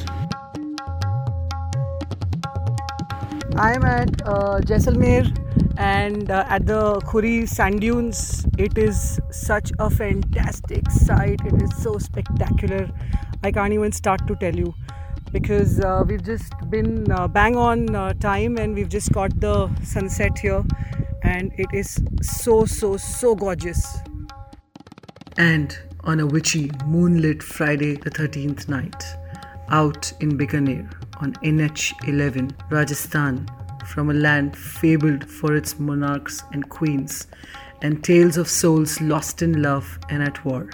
S13: I am at uh, Jaisalmer and uh, at the Khuri sand dunes. It is such a fantastic sight. It is so spectacular. I can't even start to tell you because uh, we've just been uh, bang on uh, time and we've just got the sunset here and it is so so so gorgeous. And on a witchy moonlit Friday the 13th night out in Bikaner on NH11, Rajasthan, from a land fabled for its monarchs and queens, and tales of souls lost in love and at war.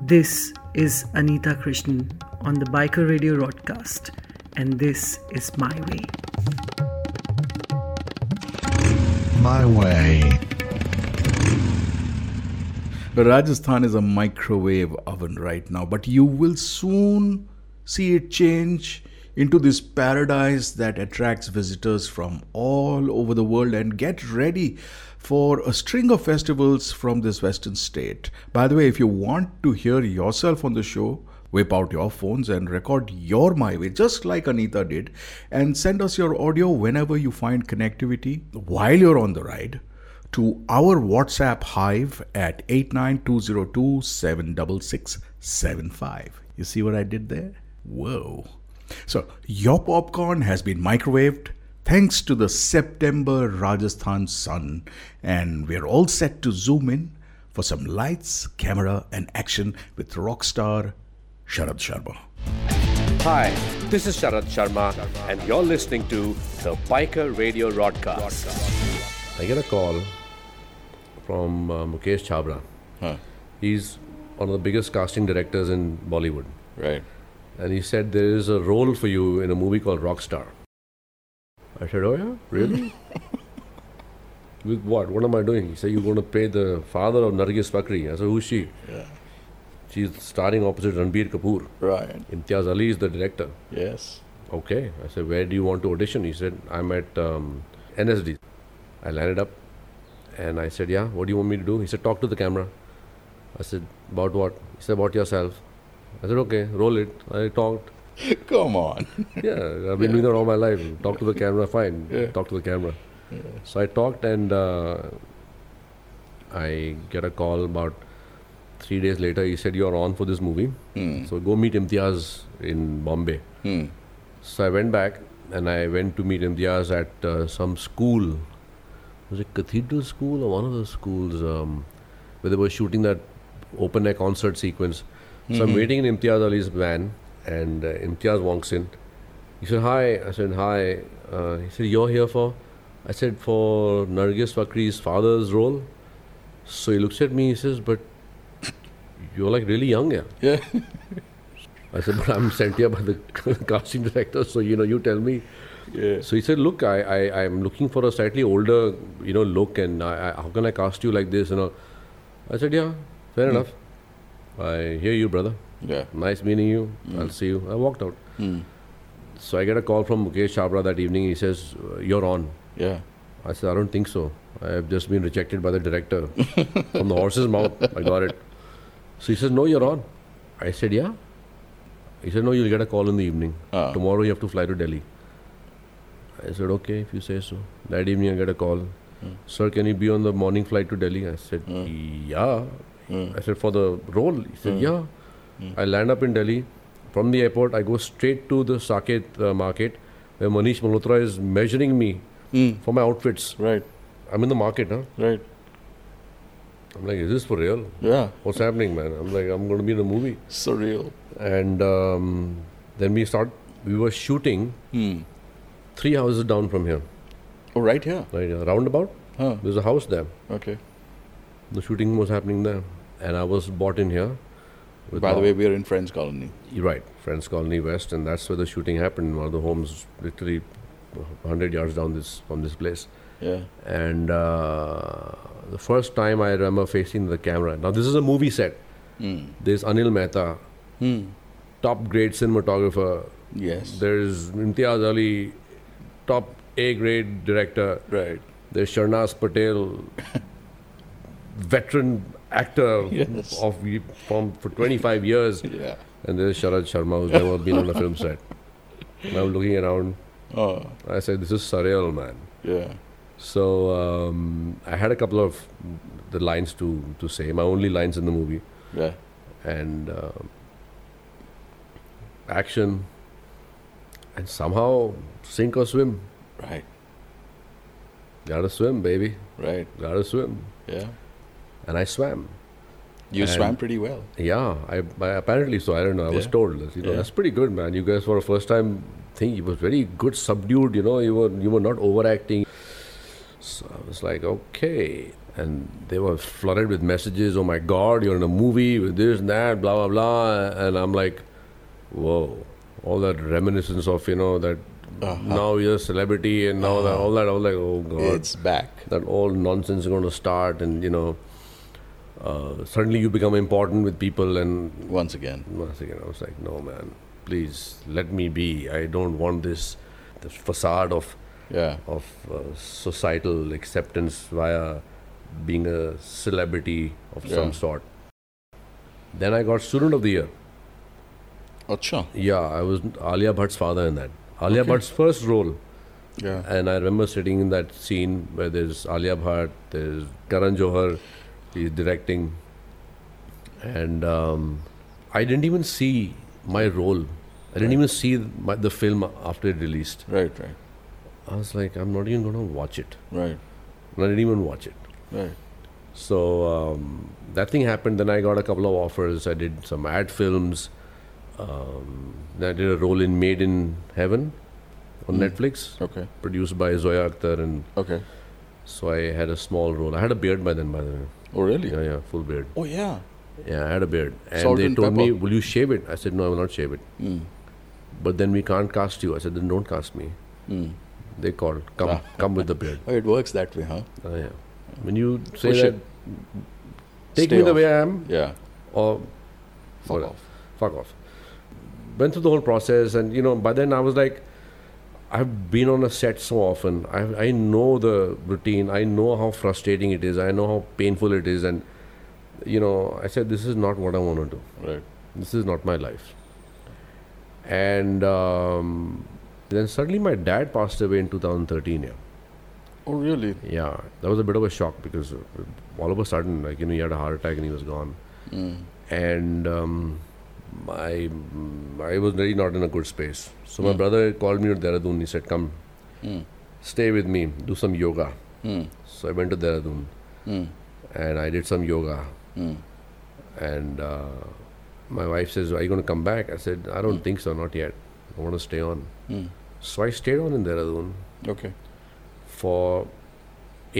S13: This is Anita Krishnan on the Biker Radio broadcast, and this is my way.
S8: My way.
S2: Rajasthan is a microwave oven right now, but you will soon see it change into this paradise that attracts visitors from all over the world and get ready for a string of festivals from this western state. By the way, if you want to hear yourself on the show, whip out your phones and record your my way just like anita did and send us your audio whenever you find connectivity while you're on the ride to our whatsapp hive at 892027665 you see what i did there whoa so your popcorn has been microwaved thanks to the september rajasthan sun and we're all set to zoom in for some lights camera and action with rock star Sharad Sharma.
S7: Hi, this is Sharad Sharma, and you're listening to the Biker Radio Broadcast.
S1: I get a call from uh, Mukesh Chabra. He's one of the biggest casting directors in Bollywood.
S6: Right.
S1: And he said there is a role for you in a movie called Rockstar. I said, Oh yeah, really? With what? What am I doing? He said, You're going to play the father of Nargis Fakri. I said, Who's she?
S6: Yeah.
S1: She's starring opposite Ranbir Kapoor.
S6: Right.
S1: Imtiaz Ali is the director.
S6: Yes.
S1: Okay. I said, where do you want to audition? He said, I'm at um, NSD. I landed up and I said, yeah, what do you want me to do? He said, talk to the camera. I said, about what? He said, about yourself. I said, okay, roll it. I talked.
S6: Come on.
S1: yeah, I've been doing that all my life. Talk to the camera, fine.
S6: Yeah.
S1: Talk to the camera.
S6: Yeah.
S1: So I talked and uh, I get a call about three days later. He said, You're on for this movie.
S6: Hmm.
S1: So go meet Imtiaz in Bombay.
S6: Hmm.
S1: So I went back and I went to meet Imtiaz at uh, some school. Was it Cathedral School or one of those schools um, where they were shooting that open air concert sequence? So I'm
S14: Mhm.
S6: Hmm.
S1: waiting in Imtiaz Ali's van and uh, Imtiaz walks in. He said, Hi. I said, Hi. Uh, he said, You're here for? I said, For Nargis Fakri's father's role. So he looks at me, he says, But you're like really young, yeah?
S6: Yeah.
S1: I said, But I'm sent here by the casting director, so you know, you tell me.
S6: Yeah.
S1: So he said, Look, I, I, I'm looking for a slightly older, you know, look, and I, I, how can I cast you like this? You know, I said, Yeah, fair
S6: Hmm.
S1: enough. I hear you, brother.
S6: Yeah.
S1: Nice meeting you. I'll see you. I walked out. So I get a call from Mukesh Chabra that evening. He says, "Uh, "You're on."
S6: Yeah.
S1: I said, "I don't think so. I have just been rejected by the director from the horse's mouth. I got it." So he says, "No, you're on." I said, "Yeah." He said, "No, you'll get a call in the evening. Tomorrow you have to fly to Delhi." I said, "Okay, if you say so." That evening I get a call. Sir, can you be on the morning flight to Delhi? I said, "Yeah." I said, "For the role." He said,
S6: Mm.
S1: "Yeah." I land up in Delhi. From the airport, I go straight to the Saket uh, market where Manish Malhotra is measuring me for my outfits.
S6: Right.
S1: I'm in the market, huh?
S6: Right.
S1: I'm like, is this for real?
S6: Yeah.
S1: What's happening, man? I'm like, I'm going to be in a movie.
S6: Surreal.
S1: And um, then we start. We were shooting
S6: Hmm.
S1: three houses down from here.
S6: Oh, right here.
S1: Right here, roundabout.
S6: Huh.
S1: There's a house there.
S6: Okay.
S1: The shooting was happening there, and I was brought in here. with
S6: By the
S1: our-
S6: way, we are in Friends Colony.
S1: You're right, Friends Colony West, and that's where the shooting happened. One of the homes, literally, uh, hundred yards down this from this place.
S6: Yeah.
S1: And uh, the first time I remember facing the camera. Now this is a movie set.
S6: Mm.
S1: There's Anil Mehta,
S6: Mm.
S1: top grade cinematographer.
S6: Yes.
S1: There's Imtiaz Ali, top A grade director.
S6: Right.
S1: There's Sharnas Patel, veteran actor
S6: Yes.
S1: of from for 25 years.
S6: Yeah.
S1: And there's Sharad Sharma who's never been on a film set. And I'm looking around.
S6: Oh.
S1: I said, "This is surreal, man."
S6: Yeah.
S1: So um, I had a couple of the lines to to say. My only lines in the movie.
S6: Yeah.
S1: And um action. And somehow sink or swim.
S6: Right.
S1: Gotta swim, baby.
S6: Right.
S1: Gotta swim.
S6: Yeah.
S1: And I swam.
S6: You
S1: And-
S6: swam pretty well.
S1: Yeah, I, I apparently so. I don't know. I was
S6: Yeah.
S1: told. that, You know,
S6: Yeah.
S1: that's pretty good, man. You guys for a first time thing, you was very good, subdued. You know, you were you were not overacting. So I was like, okay. And they were flooded with messages. Oh my God, you're in a movie with this and that, blah blah blah. And I'm like, whoa, all that reminiscence of you know that. Now you're a celebrity and now that all that I was like, oh god,
S6: Uh-huh. It's back.
S1: That all nonsense is going to start, and you know, uh, suddenly you become important with people and
S6: once again
S1: once again i was like no man please let me be. I don't want this, this facade of
S6: yeah.
S1: of uh, societal acceptance via being a celebrity of some
S6: Yeah.
S1: sort. Then I got student of the year.
S6: Acha.
S1: Yeah, I was Alia Bhatt's father in that. Alia
S6: Okay.
S1: Bhatt's first role.
S6: Yeah.
S1: And I remember sitting in that scene where there's Alia Bhatt, there's Karan Johar, he's directing. And um, I didn't even see my role. I didn't even see my, the film after it released.
S6: Right, right.
S1: I was like, I'm not even going to watch it.
S6: Right.
S1: And I didn't even watch it.
S6: Right.
S1: So um, that thing happened. Then I got a couple of offers. I did some ad films. Um, then I did a role in Made in Heaven on
S6: Mm.
S1: Netflix.
S6: Okay.
S1: Produced by Zoya Akhtar and.
S6: Okay.
S1: So I had a small role. I had a beard by then, by the way.
S6: Oh really?
S1: Yeah, yeah, full beard.
S6: Oh yeah.
S1: Yeah, I had a beard, and
S6: Salt
S1: they
S6: and
S1: told me,
S6: pepper.
S1: "Will you shave it?" I said, "No, I will not shave it."
S6: Mm.
S1: But then we can't cast you. I said, "Then don't cast me."
S6: Mm.
S1: They called, "Come,
S6: Ah.
S1: come with the beard."
S6: Oh, it works that way, huh?
S1: Oh, yeah. When you say
S6: Push
S1: that,
S6: it.
S1: take
S6: Stay
S1: me the
S6: off.
S1: way I am.
S6: Yeah.
S1: Or fuck off. Fuck off. Went through the whole process, and you know, by then I was like, I've been on a set so often. I I know the routine. I know how frustrating it is. I know how painful it is, and you know, I said this is not what I want to do.
S6: Right.
S1: This is not my life. And um, then suddenly my dad passed away in 2013. Yeah.
S6: Oh really?
S1: Yeah, that was a bit of a shock because uh, all of a sudden, like you know, he had a heart attack and he was gone.
S6: Mm.
S1: And um, I, I was really not in a good space. So my
S6: Mm.
S1: brother called me to Dehradun. He said, "Come,
S6: Mm.
S1: stay with me, do some yoga."
S6: Mm.
S1: So I went to Dehradun,
S6: Mm.
S1: and I did some yoga.
S6: Mm.
S1: And uh, my wife says, "Are you going to come back?" I said, "I don't think so, not yet. I want to stay on."
S6: Mm.
S1: So I stayed on in Dehradun
S6: Okay.
S1: for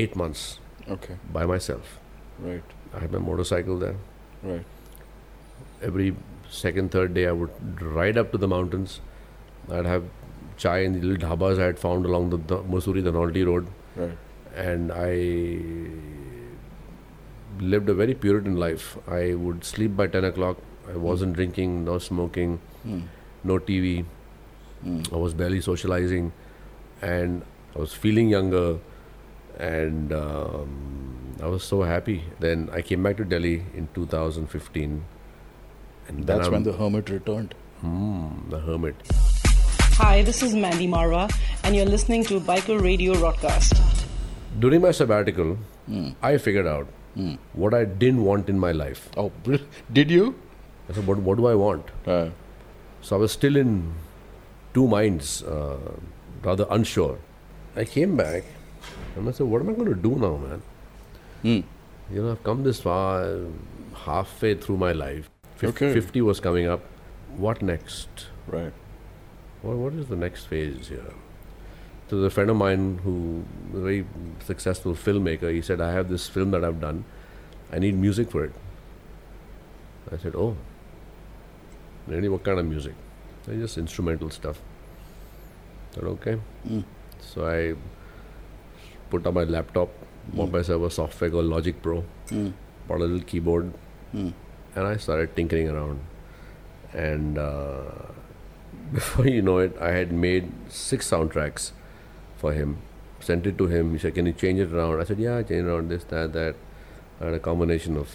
S1: eight months
S6: Okay.
S1: by myself.
S6: Right.
S1: I had my motorcycle there.
S6: Right.
S1: Every second, third day, I would ride up to the mountains. I'd have chai in the little dhabas I had found along the, the Musuri Dhanolti road.
S6: Right.
S1: And I lived a very Puritan life. I would sleep by 10 o'clock. I wasn't drinking, no smoking,
S6: Mm.
S1: no TV. I was barely socializing. And I was feeling younger. And um, I was so happy. Then I came back to Delhi in 2015. And then
S6: That's
S1: I'm-
S6: when the hermit returned.
S1: Hmm, the hermit.
S14: Hi, this is Mandy Marwa, and you're listening to Biker Radio Rodcast.
S1: During my sabbatical, I figured out what I didn't want in my life.
S6: Oh, did you?
S1: I said, what, what do I want? So I was still in two minds, uh, rather unsure. I came back and I said, what am I going to do now, man? You know, I've come this far, uh, halfway through my life. Fif-
S6: Okay.
S1: 50 was coming up. What next?
S6: Right.
S1: What, what is the next phase here? So there's a friend of mine who a very successful filmmaker. He said, I have this film that I've done. I need music for it. I said, Oh, really? What kind of music? So just instrumental stuff. I said, Okay.
S6: Mm.
S1: So I put up my laptop, bought
S6: Mm.
S1: myself a software called Logic Pro,
S6: Mm.
S1: bought a little keyboard,
S6: Mm.
S1: and I started tinkering around. And uh, before you know it, I had made six soundtracks for him. Sent it to him. He said, "Can you change it around?" I said, "Yeah, change it around this, that, that." I had a combination of,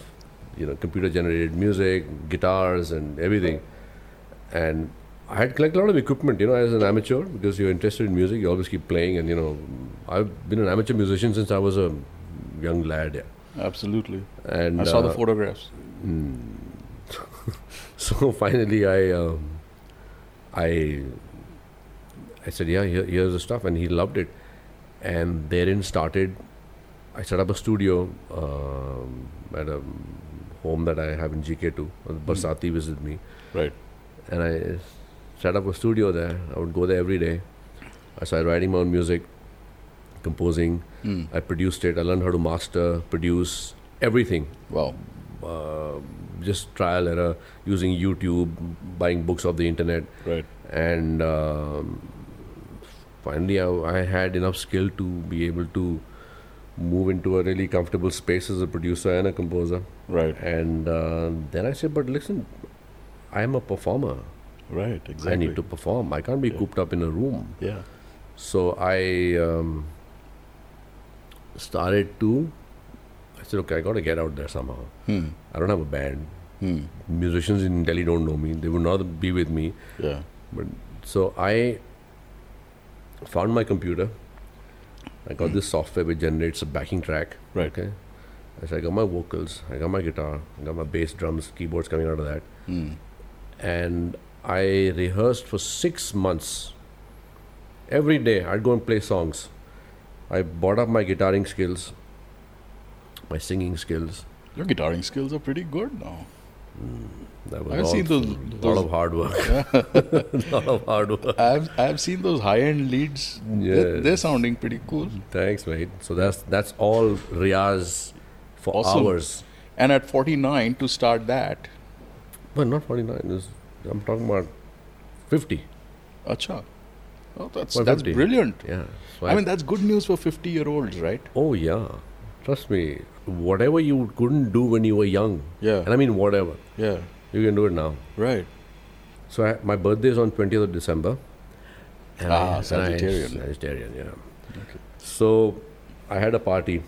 S1: you know, computer-generated music, guitars, and everything. And I had collected a lot of equipment, you know, as an amateur because you're interested in music. You always keep playing, and you know, I've been an amateur musician since I was a young lad. Yeah.
S6: Absolutely.
S1: And
S6: I saw the
S1: uh,
S6: photographs.
S1: Mm. so finally, I, um, I, I said, yeah, here, here's the stuff, and he loved it. And therein started, I set up a studio um, at a home that I have in GK2. Barsati was with me.
S6: Right.
S1: And I set up a studio there. I would go there every day. I started writing my own music, composing.
S6: Mm.
S1: I produced it. I learned how to master, produce everything.
S6: Wow.
S1: Uh, just trial error using YouTube, buying books off the internet.
S6: Right.
S1: And um, finally, I, I had enough skill to be able to move into a really comfortable space as a producer and a composer.
S6: Right.
S1: And uh, then I said, but listen, I am a performer. Right, exactly. I need to perform. I can't be cooped up in a room.
S6: Yeah.
S1: So I um, started to. I said, okay, I got to get out there somehow.
S6: Hmm.
S1: I don't have a band.
S6: Hmm.
S1: Musicians in Delhi don't know me. They would not be with me.
S6: Yeah.
S1: But so I found my computer. I
S6: Hmm.
S1: got this software which generates a backing track.
S6: Right.
S1: Okay. I said, I got my vocals, I got my guitar, I got my bass, drums, keyboards coming out of that.
S6: Mm.
S1: And I rehearsed for six months. Every day I'd go and play songs. I brought up my guitaring skills, my singing skills.
S6: Your guitaring skills are pretty good now.
S1: That
S6: I've seen
S1: all-
S6: those,
S1: a lot
S6: those-
S1: of hard work. lot of hard work.
S6: I've I've seen those high end leads. They're- They're,
S1: Yes.
S6: sounding pretty cool.
S1: Thanks, mate. So that's that's all Riaz for
S6: Awesome.
S1: hours.
S6: And at 49 to start that.
S1: But not 49. Is I'm talking about 50.
S6: Acha. Oh, that's
S1: Well,
S6: that's
S1: 50.
S6: brilliant.
S1: Yeah. So
S6: I mean that's good news for 50 year olds, right?
S1: Oh yeah, trust me. Whatever you couldn't do when you were young.
S6: Yeah.
S1: And I mean whatever.
S6: Yeah.
S1: You can do it now.
S6: Right.
S1: So I, my birthday is on 20th of December.
S6: Ah,
S1: I-
S6: Sagittarian.
S1: I, Sagittarian, yeah. So I had a party.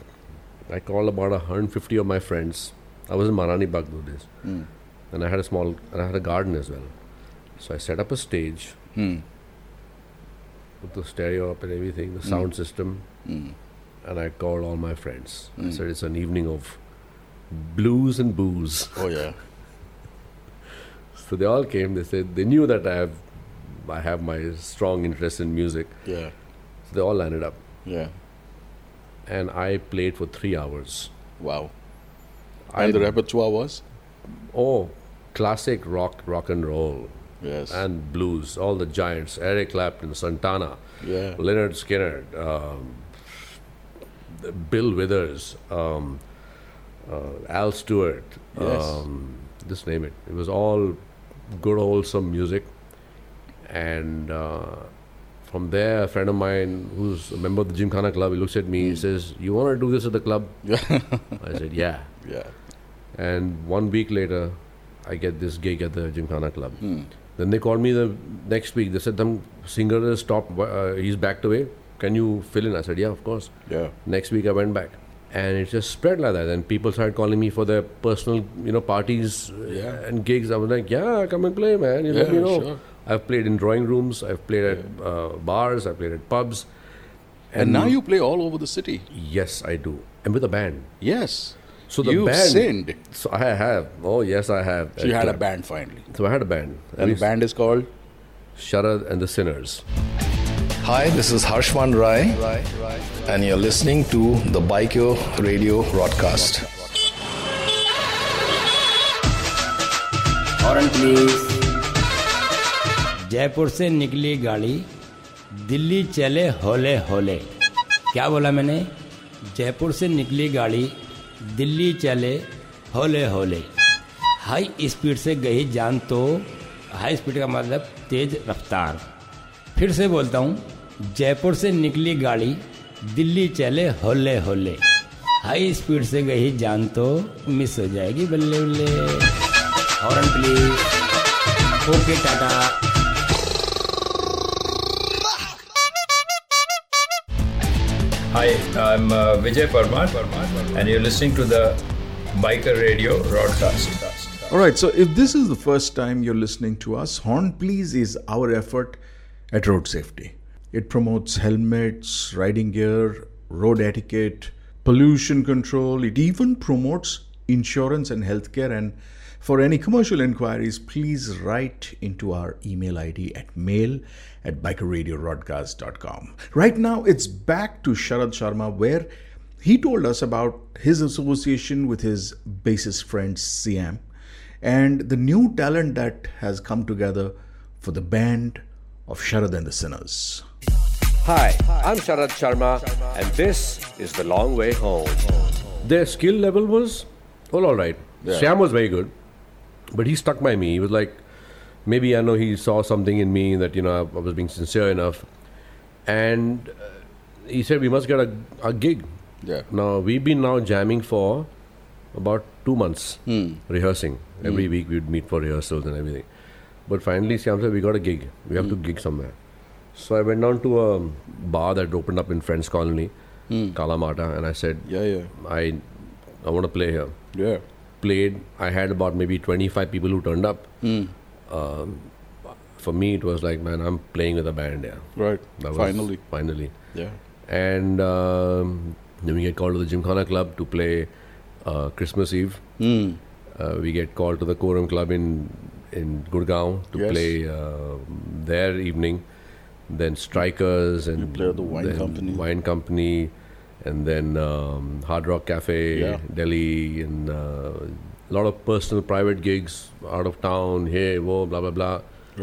S1: I called about 150 of my friends. I was in Marani Bagh those days.
S6: Mm.
S1: And I had a small, and I had a garden as well. So I set up a stage
S6: Hmm.
S1: with the stereo up and everything, the
S6: Mm.
S1: sound system.
S6: Mm.
S1: And I called all my friends. I
S6: Mm.
S1: said, it's an evening of blues and booze.
S6: Oh, yeah.
S1: so they all came. They said, they knew that I have, I have my strong interest in music.
S6: Yeah.
S1: So they all landed up.
S6: Yeah.
S1: And I played for three hours.
S6: Wow. And the repertoire was?
S1: Oh, classic rock, rock and roll.
S6: Yes.
S1: And blues. All the giants Eric Clapton, Santana,
S6: Yeah.
S1: Leonard Skinner, um, Bill Withers, um, uh, Al Stewart.
S6: Yes.
S1: Um, just name it. It was all good, wholesome music. And uh, from there, a friend of mine who's a member of the Gymkhana Club, he looks at me,
S6: Hmm.
S1: he says, You want to do this at the club? I said, Yeah.
S6: Yeah.
S1: And one week later, I get this gig at the Gymkhana Club.
S6: Hmm.
S1: Then they called me the next week. They said, "The singer has stopped. Uh, he's backed away. Can you fill in?" I said, "Yeah, of course."
S6: Yeah.
S1: Next week, I went back, and it just spread like that. And people started calling me for their personal, you know, parties uh,
S6: Yeah.
S1: and gigs. I was like, "Yeah, come and play, man. You let
S6: Yeah,
S1: me know."
S6: sure.
S1: I've played in drawing rooms. I've played at uh, bars. I've played at pubs.
S6: And, now you play all over the city.
S1: Yes, I do. And with a band.
S6: Yes.
S1: So the
S6: You've
S1: band.
S6: sinned.
S1: So I have. Oh yes, I have.
S6: So you had a
S1: Exactly.
S6: band finally.
S1: So I had a band.
S6: And the band is called
S1: Sharad and the Sinners.
S15: Hi, this is Harshman Rai, and you're listening to the Bikeo Radio broadcast.
S12: Horn please Jaipur से निकली गाड़ी दिल्ली चले होले होले क्या बोला मैंने जयपुर से निकली गाड़ी दिल्ली चले होले होले हाई स्पीड से गई जान तो हाई स्पीड का मतलब तेज रफ्तार फिर से बोलता हूँ जयपुर से निकली गाड़ी दिल्ली चले होले होले हाई स्पीड से गई जान तो मिस हो जाएगी बल्ले उल्ले horn please okay Tata
S5: Hi, I'm uh, Vijay Parmar, and you're listening to the Biker Radio broadcast.
S2: All right, so if this is the first time you're listening to us, Horn Please is our effort at road safety. It promotes helmets, riding gear, road etiquette, pollution control. It even promotes insurance and healthcare. And for any commercial inquiries, please write into our email ID at mail at bikerradiobroadcast.com. Right now, it's back to Sharad Sharma, where he told us about his association with his bassist friend CM and the new talent that has come together for the band of Sharad and the Sinners.
S16: Hi, I'm Sharad Sharma, and this is The Long Way Home.
S1: Their skill level was, well, all right.
S16: Yeah.
S1: Sam was very good, but he stuck by me. He was like, maybe I know he saw something in me that, you know, I, I was being sincere enough. And uh, he said, we must get a, a gig.
S6: Yeah.
S1: Now, we've been now jamming for
S5: Hmm.
S1: about two months, rehearsing. Every week we'd meet for rehearsals and everything. But finally, Siam said, we got a gig. We have to
S5: Hmm.
S1: gig somewhere. So I went down to a bar that opened up in Friends Colony, Kalamata, and I said,
S5: Hmm. Yeah, yeah.
S1: I, I want to play here.
S5: Yeah.
S1: Played. I had about maybe 25 people who turned up.
S5: Hmm.
S1: Um, for me, it was like, man, I'm playing with a band here.
S5: Right.
S1: That was-
S5: Finally.
S1: Finally.
S5: Yeah.
S1: And um, then we get called to the Gymkhana Club to play uh, Christmas Eve.
S5: Hmm.
S1: Uh, we get called to the Quorum Club in in Gurgaon to
S5: Yes.
S1: play uh, their evening. Then Strikers and
S5: play at the Wine
S1: then
S5: Company.
S1: Wine Company, and then um, Hard Rock Cafe,
S5: Yeah.
S1: Delhi, and uh, a lot of personal private gigs out of town. Hey, whoa, blah blah blah.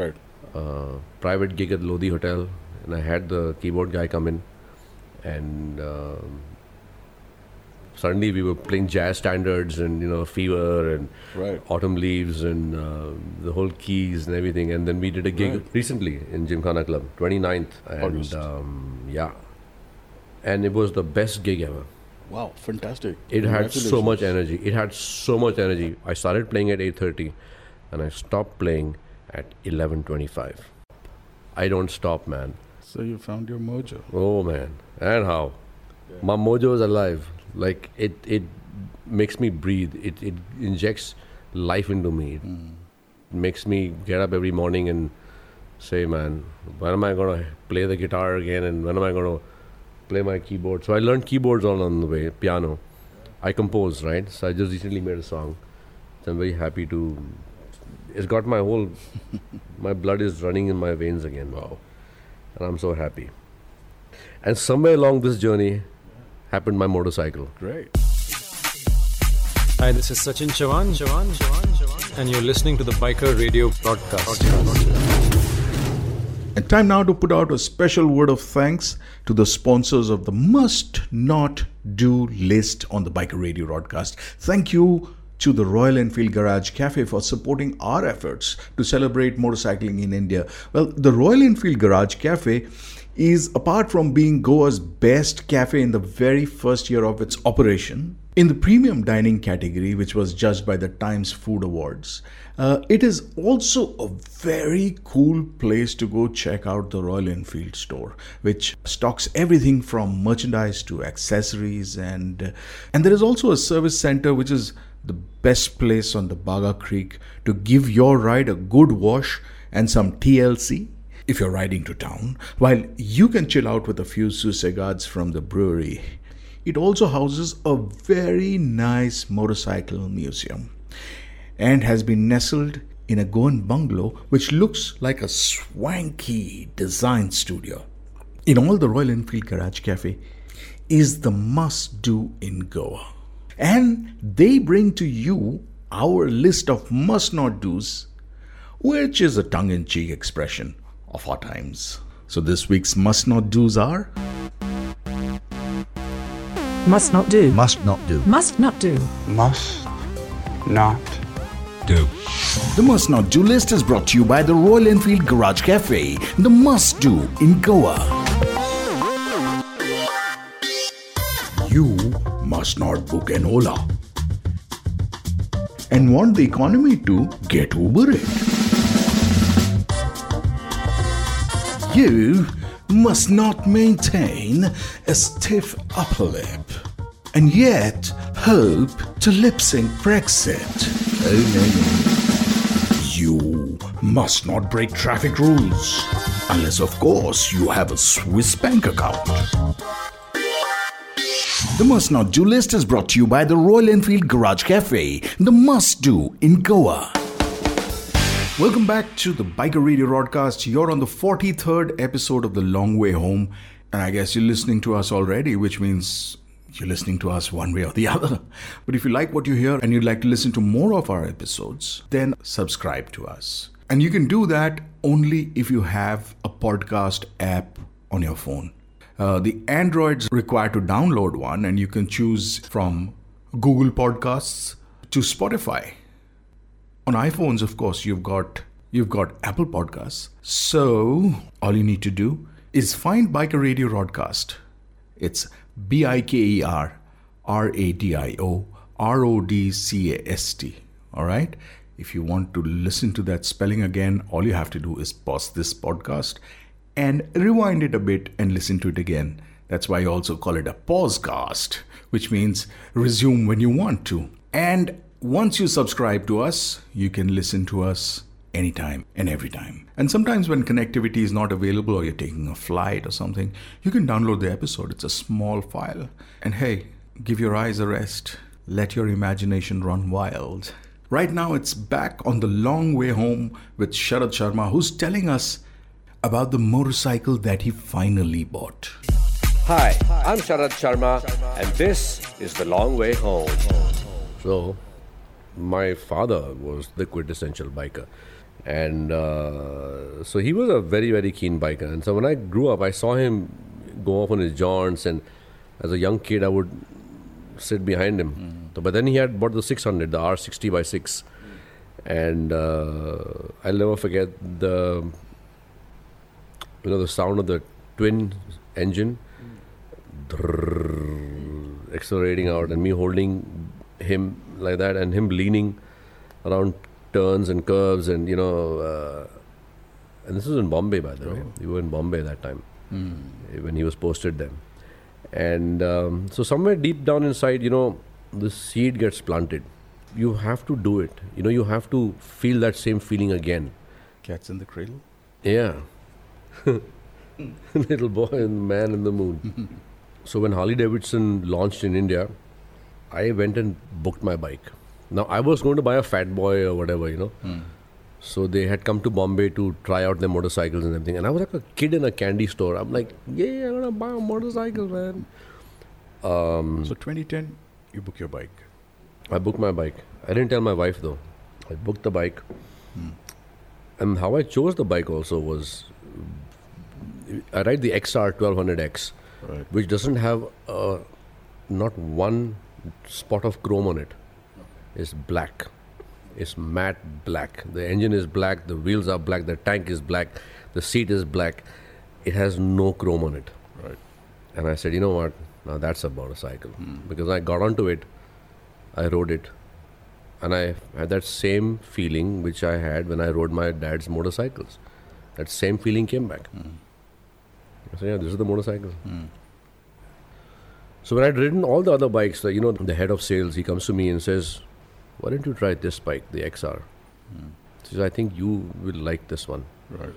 S5: Right.
S1: Uh, private gig at Lodi Hotel, and I had the keyboard guy come in, and um, suddenly we were playing jazz standards and you know Fever and Autumn Leaves and uh, the whole keys and everything. And then we did a gig
S5: Right.
S1: recently in Gymkhana Club, 29th, and
S5: August.
S1: um, yeah, and it was the best gig ever.
S5: Wow, fantastic.
S1: It had so
S5: Congratulations.
S1: much energy. It had so much energy. I started playing at 8:30 and I stopped playing at 11:25. I don't stop, man.
S5: So you found your mojo.
S1: Oh man. And how? My mojo is alive. Like it it makes me breathe. It it injects life into me. It makes me get up every morning and say, man, when am I going to play the guitar again and when am I going to play my keyboard? So I learned keyboards all on the way, piano. I compose, right? So I just recently made a song. So I'm very happy to. It's got my whole. my blood is running in my veins again. Wow. And I'm so happy. And somewhere along this journey happened my motorcycle.
S5: Great.
S17: Hi, this is Sachin Chavan, Chavan, Chavan, Chavan, and you're listening to the Biker Radio Podcast.
S2: And time now to put out a special word of thanks to the sponsors of the must not do list on the Biker Radio broadcast. Thank you to the Royal Enfield Garage Cafe for supporting our efforts to celebrate motorcycling in India. Well, the Royal Enfield Garage Cafe is apart from being Goa's best cafe in the very first year of its operation, in the premium dining category, which was judged by the Times Food Awards, uh, it is also a very cool place to go check out the Royal Enfield store, which stocks everything from merchandise to accessories, and uh, and there is also a service center which is the best place on the Baga Creek to give your ride a good wash and some TLC if you're riding to town, while you can chill out with a few Susegards from the brewery. It also houses a very nice motorcycle museum and has been nestled in a Goan bungalow which looks like a swanky design studio. In all, the Royal Enfield Garage Cafe is the must do in Goa. And they bring to you our list of must not do's which is a tongue in cheek expression of our times. So, this week's must not do's are
S18: Must not do.
S2: must not do.
S18: Must not do.
S2: Must not do. The must not do list is brought to you by the Royal Enfield Garage Cafe, the must do in Goa. You must not book an Ola and want the economy to get over it. You must not maintain a stiff upper lip and yet hope to lip sync Brexit. Oh no, You must not break traffic rules. Unless, of course, you have a Swiss bank account. The must not do list is brought to you by the Royal Enfield Garage Cafe, the must do in Goa. Welcome back to the Biker Radio broadcast. You're on the 43rd episode of The Long Way Home, and I guess you're listening to us already, which means you're listening to us one way or the other. But if you like what you hear and you'd like to listen to more of our episodes, then subscribe to us. And you can do that only if you have a podcast app on your phone. Uh, the Androids require to download one, and you can choose from Google Podcasts to Spotify on iPhones, of course, you've got you've got Apple Podcasts. So all you need to do is find Biker Radio Rodcast. It's B I K E R R A D I O R O D C A S T. All right, If you want to listen to that spelling again, all you have to do is pause this podcast and rewind it a bit and listen to it again. That's why I also call it a pausecast, which means resume when you want to. And once you subscribe to us, you can listen to us anytime and every time. And sometimes when connectivity is not available or you're taking a flight or something, you can download the episode. It's a small file. And hey, give your eyes a rest. Let your imagination run wild. Right now, it's back on the long way home with Sharad Sharma, who's telling us about the motorcycle that he finally bought.
S7: Hi, I'm Sharad Sharma, and this is The Long Way Home.
S1: So, my father was the quintessential biker. And uh, so he was a very, very keen biker. And so when I grew up, I saw him go off on his jaunts. And as a young kid, I would sit behind him. So, but then he had bought the 600, the R60 by 6. And uh, I'll never forget the, you know, the sound of the twin engine drrrr, accelerating out and me holding him like that and him leaning around turns and curves and you know uh, and this was in bombay by the
S5: Oh.
S1: way we were in bombay that time
S5: Hmm.
S1: eh, when he was posted then and um, so somewhere deep down inside you know the seed gets planted you have to do it you know you have to feel that same feeling again
S5: Cats in the cradle?
S1: yeah. Little boy and man in the moon. so when Harley Davidson launched in India, I went and booked my bike. Now I was going to buy a fat boy or whatever, you know. So they had come to Bombay to try out their motorcycles and everything. And I was like a kid in a candy store. I'm like, yeah, I'm gonna buy a motorcycle, man.
S6: Mm.
S1: Um,
S5: so 2010, you book your bike.
S1: I booked my bike. I didn't tell my wife though. I booked the bike. And how I chose the bike also was I ride the XR 1200X, which doesn't have uh, not one spot of chrome on it. It's black. It's matte black. The engine is black. The wheels are black. The tank is black. The seat is black. It has no chrome on it. Right. And I said, you know what? Now that's a motorcycle. Because I got onto it, I rode it, and I had that same feeling which I had when I rode my dad's motorcycles. That same feeling came back. I said, yeah, this is the motorcycle. So when I'd ridden all the other bikes, like, you know, the head of sales, he comes to me and says, why don't you try this bike, the XR? He says, I think you will like this one.
S5: Right.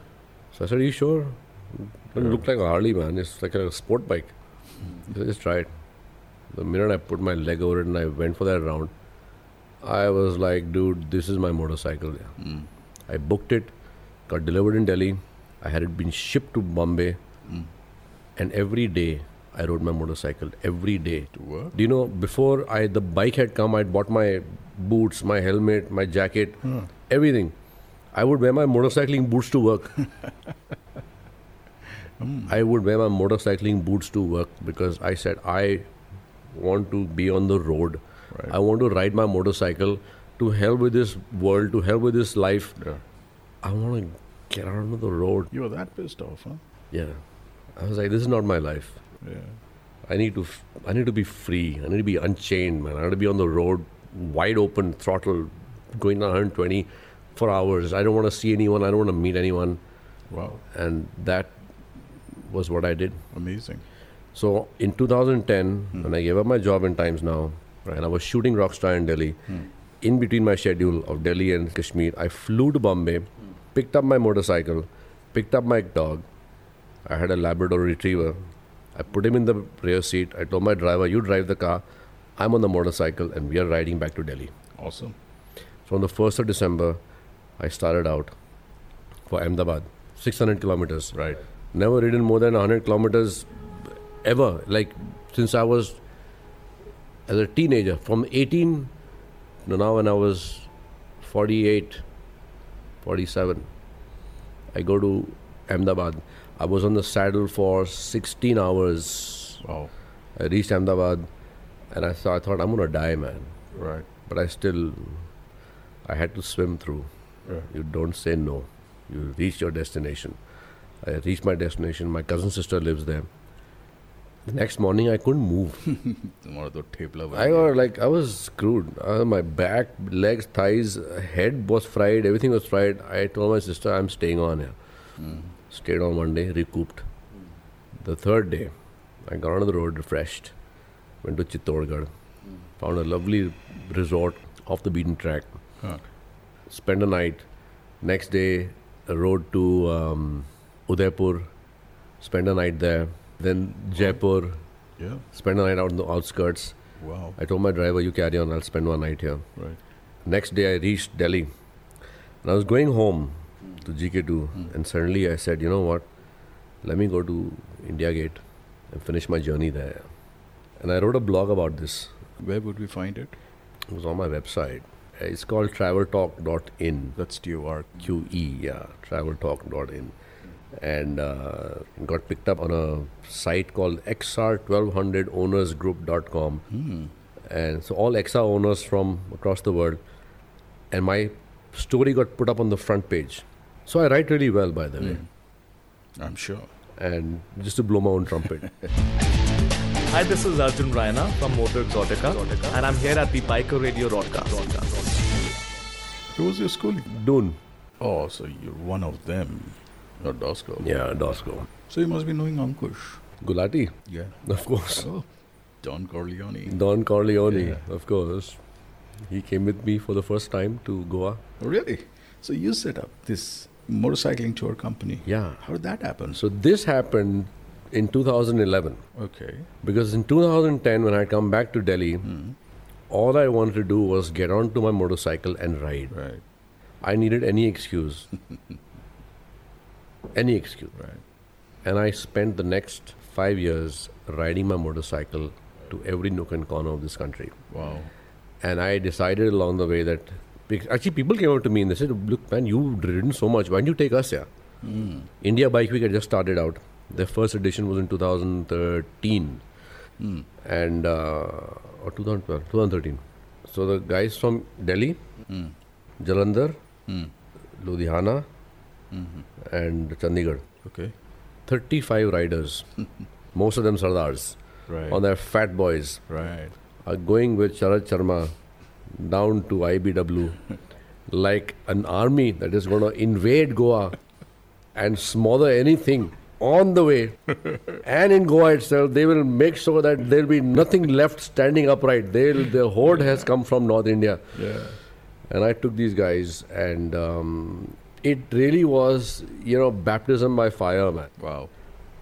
S1: So I said, Are you sure? It doesn't look like a Harley, man. It's like a sport bike. He said, Just try it. The minute I put my leg over it and I went for that round, I was like, dude, this is my motorcycle. I booked it, got delivered in Delhi. I had it been shipped to Bombay. And every day I rode my motorcycle. Every day. To work? Do you know, before I the bike had come, I'd bought my boots, my helmet, my jacket,
S5: Hmm.
S1: everything. I would wear my motorcycling boots to work. I would wear my motorcycling boots to work because I said I want to be on the road. I want to ride my motorcycle to hell with this world, to hell with this life. I want to get out on the road.
S5: You were that pissed off, huh?
S1: Yeah, I was like, this is not my life.
S5: Yeah.
S1: I need to, f- I need to be free. I need to be unchained, man. I need to be on the road, wide open throttle, going 120 for hours. I don't want to see anyone. I don't want to meet anyone.
S5: Wow.
S1: And that was what I did.
S5: Amazing.
S1: So in 2010, when I gave up my job in Times Now, and I was shooting Rockstar in Delhi, in between my schedule of Delhi and Kashmir, I flew to Bombay, picked up my motorcycle, picked up my dog. I had a Labrador retriever. I put him in the rear seat. I told my driver, You drive the car. I'm on the motorcycle, and we are riding back to Delhi.
S5: Awesome.
S1: So on the 1st of December, I started out for Ahmedabad, 600 kilometers.
S5: Right.
S1: Never ridden more than 100 kilometers ever, like since I was as a teenager, from 18 to now when I was 48, 47, I go to Ahmedabad. I was on the saddle for 16 hours.
S5: Wow.
S1: I reached Ahmedabad and I, saw, I thought, I'm going to die, man.
S5: Right.
S1: But I still, I had to swim through.
S5: Yeah.
S1: You don't say no. You reach your destination. I reached my destination. My cousin sister lives there. The next morning, I couldn't move.
S5: तुम्हारा तो thepla
S1: I was like, I was screwed. Uh, my back, legs, thighs, head was fried. Everything was fried. I told my sister, I'm staying on here.
S5: Hmm.
S1: Stayed on one day, recouped. The third day, I got on the road refreshed. Went to Chittorgarh.
S5: Hmm.
S1: Found a lovely resort off the beaten track.
S5: Huh.
S1: Spent a night. Next day, a road to um, Udaipur. Spent a night there. Then Jaipur.
S5: Yeah.
S1: Spend a night out in the outskirts.
S5: Wow.
S1: I told my driver, you carry on, I'll spend one night here.
S5: Right.
S1: Next day, I reached Delhi. And I was going home to GK2, and suddenly I said, you know what? Let me go to India Gate and finish my journey there. And I wrote a blog about this.
S5: Where would we find it?
S1: It was on my website. Uh, It's called traveltalk.in.
S5: That's T O R
S1: Q E, yeah, traveltalk.in. And uh, got picked up on a site called XR1200ownersgroup.com.
S5: Hmm.
S1: And so all XR owners from across the world. And my story got put up on the front page. So I write really well, by the way.
S5: Hmm. I'm sure.
S1: And just to blow my own trumpet.
S19: Hi, this is Arjun Raina from Motor Exotica, and I'm here at the Biker Radio Rodcast.
S5: Who was your schooling?
S1: Dune.
S5: Oh, so you're one of them. Not Dosko.
S1: Yeah, Dosko.
S5: So you must be knowing Ankush.
S1: Gulati?
S5: Yeah.
S1: Of course.
S5: Oh, Don Corleone.
S1: Don Corleone, of course. He came with me for the first time to Goa.
S5: Oh, Really? So you set up this motorcycling tour company.
S1: Yeah.
S5: How did that happen?
S1: So this happened in 2011.
S5: Okay.
S1: Because in 2010, when I come back to Delhi,
S5: Hmm.
S1: all I wanted to do was get onto my motorcycle and ride.
S5: Right.
S1: I needed any excuse. any excuse.
S5: Right.
S1: And I spent the next five years riding my motorcycle to every nook and corner of this country.
S5: Wow.
S1: And I decided along the way that bec- actually people came up to me and they said, "Look, man, you've ridden so much. Why don't you take us here?"
S5: Mm.
S1: India Bike Week had just started out. The first edition was in 2013
S5: Hmm.
S1: and uh, or 2012, 2013. So the guys from Delhi,
S5: Mm.
S1: Jalandhar,
S5: Mm.
S1: Ludhiana,
S5: Mhm.
S1: and Chandigarh.
S5: Okay.
S1: 35 riders, most of them Sardars,
S5: Right.
S1: on their fat boys,
S5: Right.
S1: are going with Sharad Sharma down to IBW like an army that is going to invade Goa and smother anything on the way. and in Goa itself, they will make sure that there will be nothing left standing upright. They'll, the horde has come from North India.
S5: Yeah.
S1: And I took these guys, and um, it really was, you know, baptism by fire, man.
S5: Wow.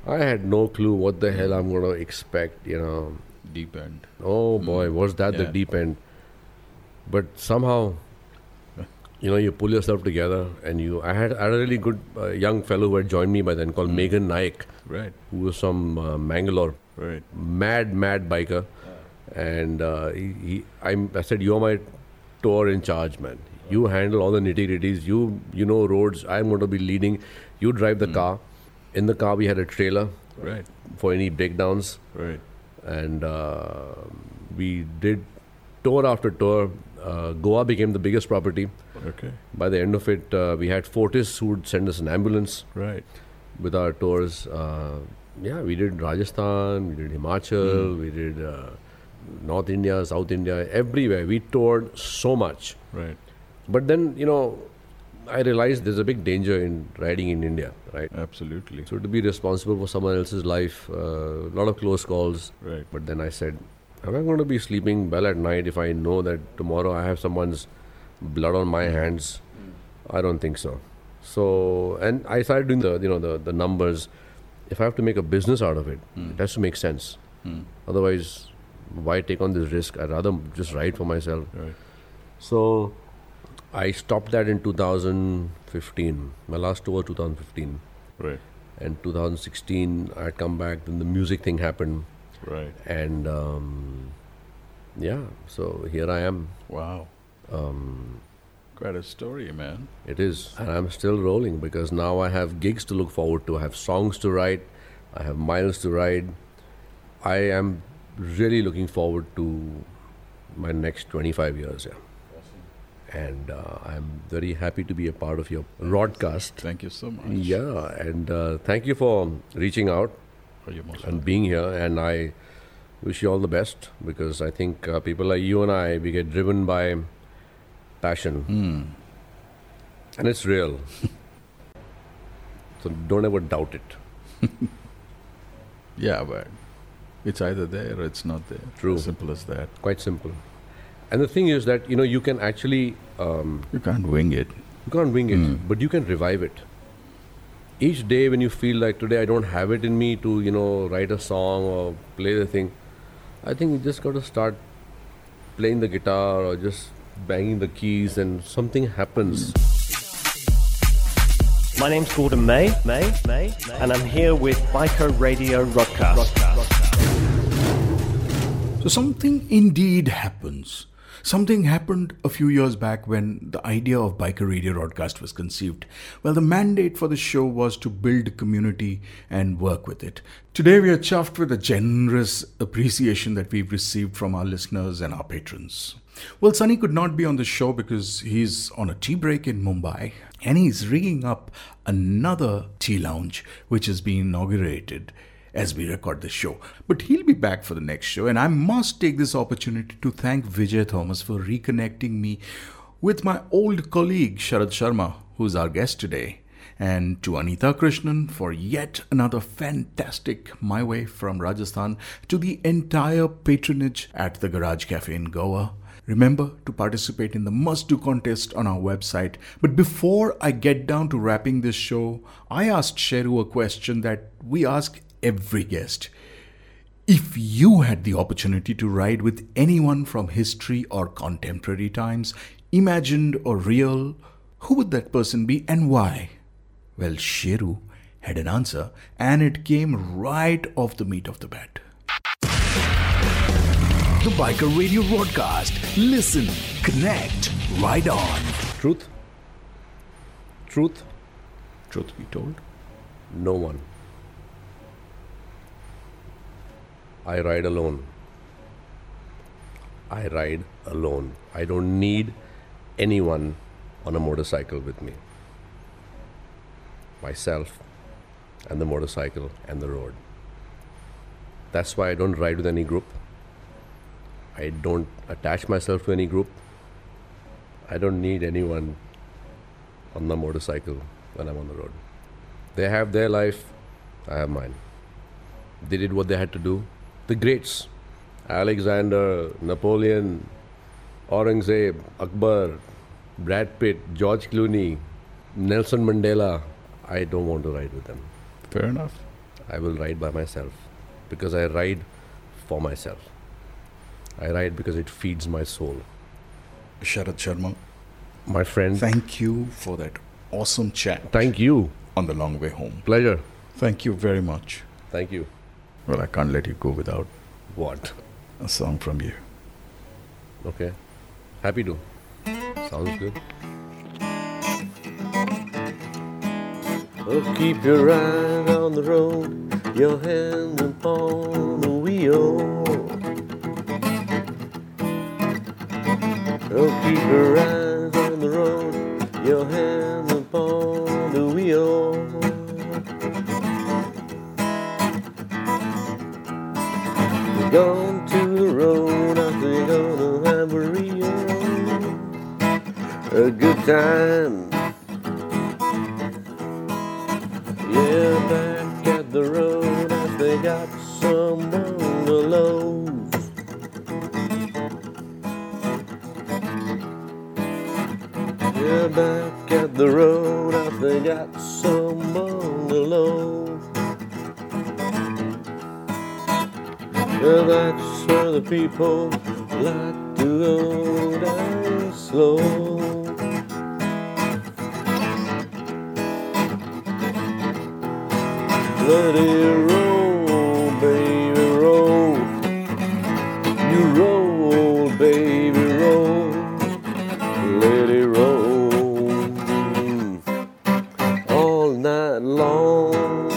S1: I had no clue what the hell I'm going to expect, you know.
S5: Deep end.
S1: Oh boy, was that the
S5: Hmm. Yeah.
S1: deep end? But somehow, you know, you pull yourself together, and you. I had, I had a really good uh, young fellow who had joined me by then called Megan Naik,
S5: Hmm. Right.
S1: who was from uh, Mangalore,
S5: Right.
S1: mad, mad biker, and uh, he, he I, I said, "You're my tour in charge, man. You handle all the nitty gritties. You, you know roads. I'm going to be leading. You drive the car. In the car, we had a trailer
S5: Hmm. Right.
S1: for any breakdowns."
S5: Right.
S1: and uh, we did tour after tour. Uh, Goa became the biggest property.
S5: Okay.
S1: By the end of it, uh, we had Fortis who would send us an ambulance
S5: Right.
S1: with our tours. Uh, yeah, we did Rajasthan, we did Himachal, we did uh, North India, South India, everywhere. We toured so much.
S5: Right.
S1: But then, you know, I realized there's a big danger in riding in India, right?
S5: Absolutely.
S1: So to be responsible for someone else's life, a lot of close calls.
S5: Right.
S1: But then I said, am I going to be sleeping well at night if I know that tomorrow I have someone's blood on my hands?
S5: Hmm.
S1: I don't think so. So and I started doing the you know the the numbers. If I have to make a business out of it,
S5: Hmm.
S1: it has to make sense. Otherwise, why take on this risk? I'd rather just ride for myself.
S5: Right.
S1: So I stopped that in 2015. My last tour was 2015
S5: Right.
S1: and 2016 i had come back then the music thing happened
S5: Right.
S1: and um, yeah so here i am
S5: Wow.
S1: um,
S5: Quite a story, man.
S1: it is and i'm still rolling because now i have gigs to look forward to i have songs to write i have miles to ride i am really looking forward to my next 25 years yeah and uh, i'm very happy to be a part of your broadcast
S5: Thank you so much.
S1: Yeah, and uh, thank you for reaching out. and being here. And I wish you all the best because I think uh, people like you and I, we get driven by passion. And it's real. so don't ever doubt it.
S5: Yeah, but it's either there or it's not there.
S1: True.
S5: Simple as that.
S1: Quite simple. And the thing is that you know you can actually um,
S5: you can't wing it.
S1: You can't wing it, but you can revive it. Each day when you feel like today I don't have it in me to you know write a song or play the thing, I think you just got to start playing the guitar or just banging the keys and something happens.
S20: My name's Gordon May, May, May, and I'm here with Biker Radio Rodcast.
S2: So something indeed happens. Something happened a few years back when the idea of Biker Radio Broadcast was conceived. Well, the mandate for the show was to build community and work with it. Today, we are chuffed with the generous appreciation that we've received from our listeners and our patrons. Well, Sunny could not be on the show because he's on a tea break in Mumbai and he's rigging up another tea lounge which has been inaugurated as we record the show. But he'll be back for the next show, and I must take this opportunity to thank Vijay Thomas for reconnecting me with my old colleague Sharad Sharma, who's our guest today, and to Anita Krishnan for yet another fantastic My Way from Rajasthan, to the entire patronage at the Garage Cafe in Goa. Remember to participate in the must do contest on our website. But before I get down to wrapping this show, I asked Sheru a question that we ask every guest. If you had the opportunity to ride with anyone from history or contemporary times, imagined or real, who would that person be and why? Well, Sheru had an answer and it came right off the meat of the bat.
S21: The Biker Radio Broadcast. Listen, connect, ride on.
S1: Truth? Truth?
S5: Truth be told.
S1: No one. I ride alone. I ride alone. I don't need anyone on a motorcycle with me. Myself and the motorcycle and the road. That's why I don't ride with any group. I don't attach myself to any group. I don't need anyone on the motorcycle when I'm on the road. They have their life, I have mine. They did what they had to do. The greats Alexander, Napoleon, Aurangzeb, Akbar, Brad Pitt, George Clooney, Nelson Mandela. I don't want to ride with them.
S5: Fair enough.
S1: I will ride by myself because I ride for myself. I ride because it feeds my soul.
S5: Sharad Sharma.
S1: My friend.
S5: Thank you for that awesome chat.
S1: Thank you.
S5: On the long way home.
S1: Pleasure.
S5: Thank you very much.
S1: Thank you.
S5: Well, I can't let you go without
S1: what?
S5: A song from you.
S1: Okay. Happy to. Sounds good.
S4: Oh, keep your eye on the road, your hand upon the wheel. Oh, keep your eyes on the road, your hand upon the wheel. We're going to the road, I think gonna have a real, a good time. Yeah, back at the road, I they got someone below. Yeah, back at the road, I they got someone below. Yeah, that's where the people like to go down slow. Let it roll, baby, roll. You roll, baby, roll. Let it roll all night long.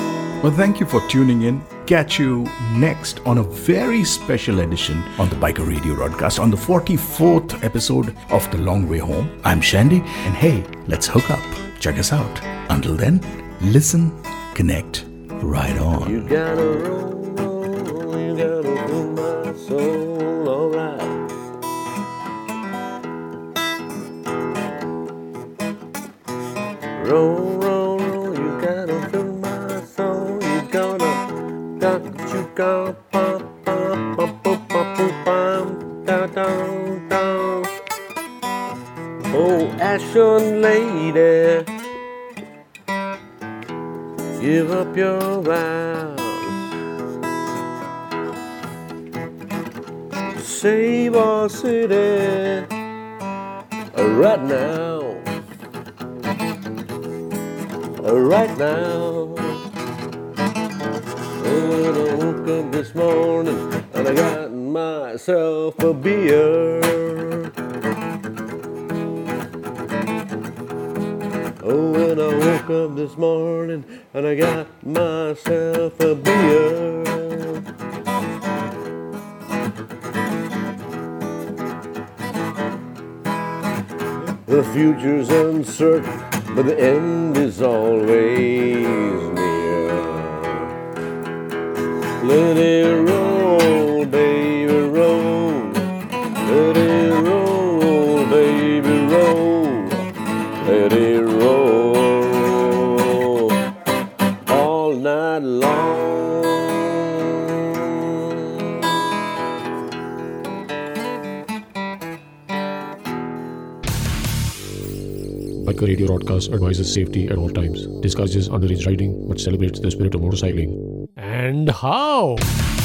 S2: Well, thank you for tuning in. Catch you next on a very special edition on the Biker Radio Broadcast on the 44th episode of The Long Way Home. I'm Shandy, and hey, let's hook up. Check us out. Until then, listen, connect,
S5: right on.
S12: You gotta roll, you gotta roll my soul, alright. Roll, roll, roll, you gotta fill my soul, you gonna got you got pop pop pop pop pop pop pop da da da. Oh, Ashen lady, give up your vows. Save our city uh, right now. Uh, Right now. Oh, I woke up this morning and I got myself a beer. Oh, when I woke up this morning and I got myself a beer. The future's uncertain, but the end is always near. Let it roll, baby, roll. Let it roll, baby, roll. Let it roll all night long.
S3: Biker Radio Broadcast advises safety at all times, discourages underage riding, but celebrates the spirit of motorcycling.
S22: And how?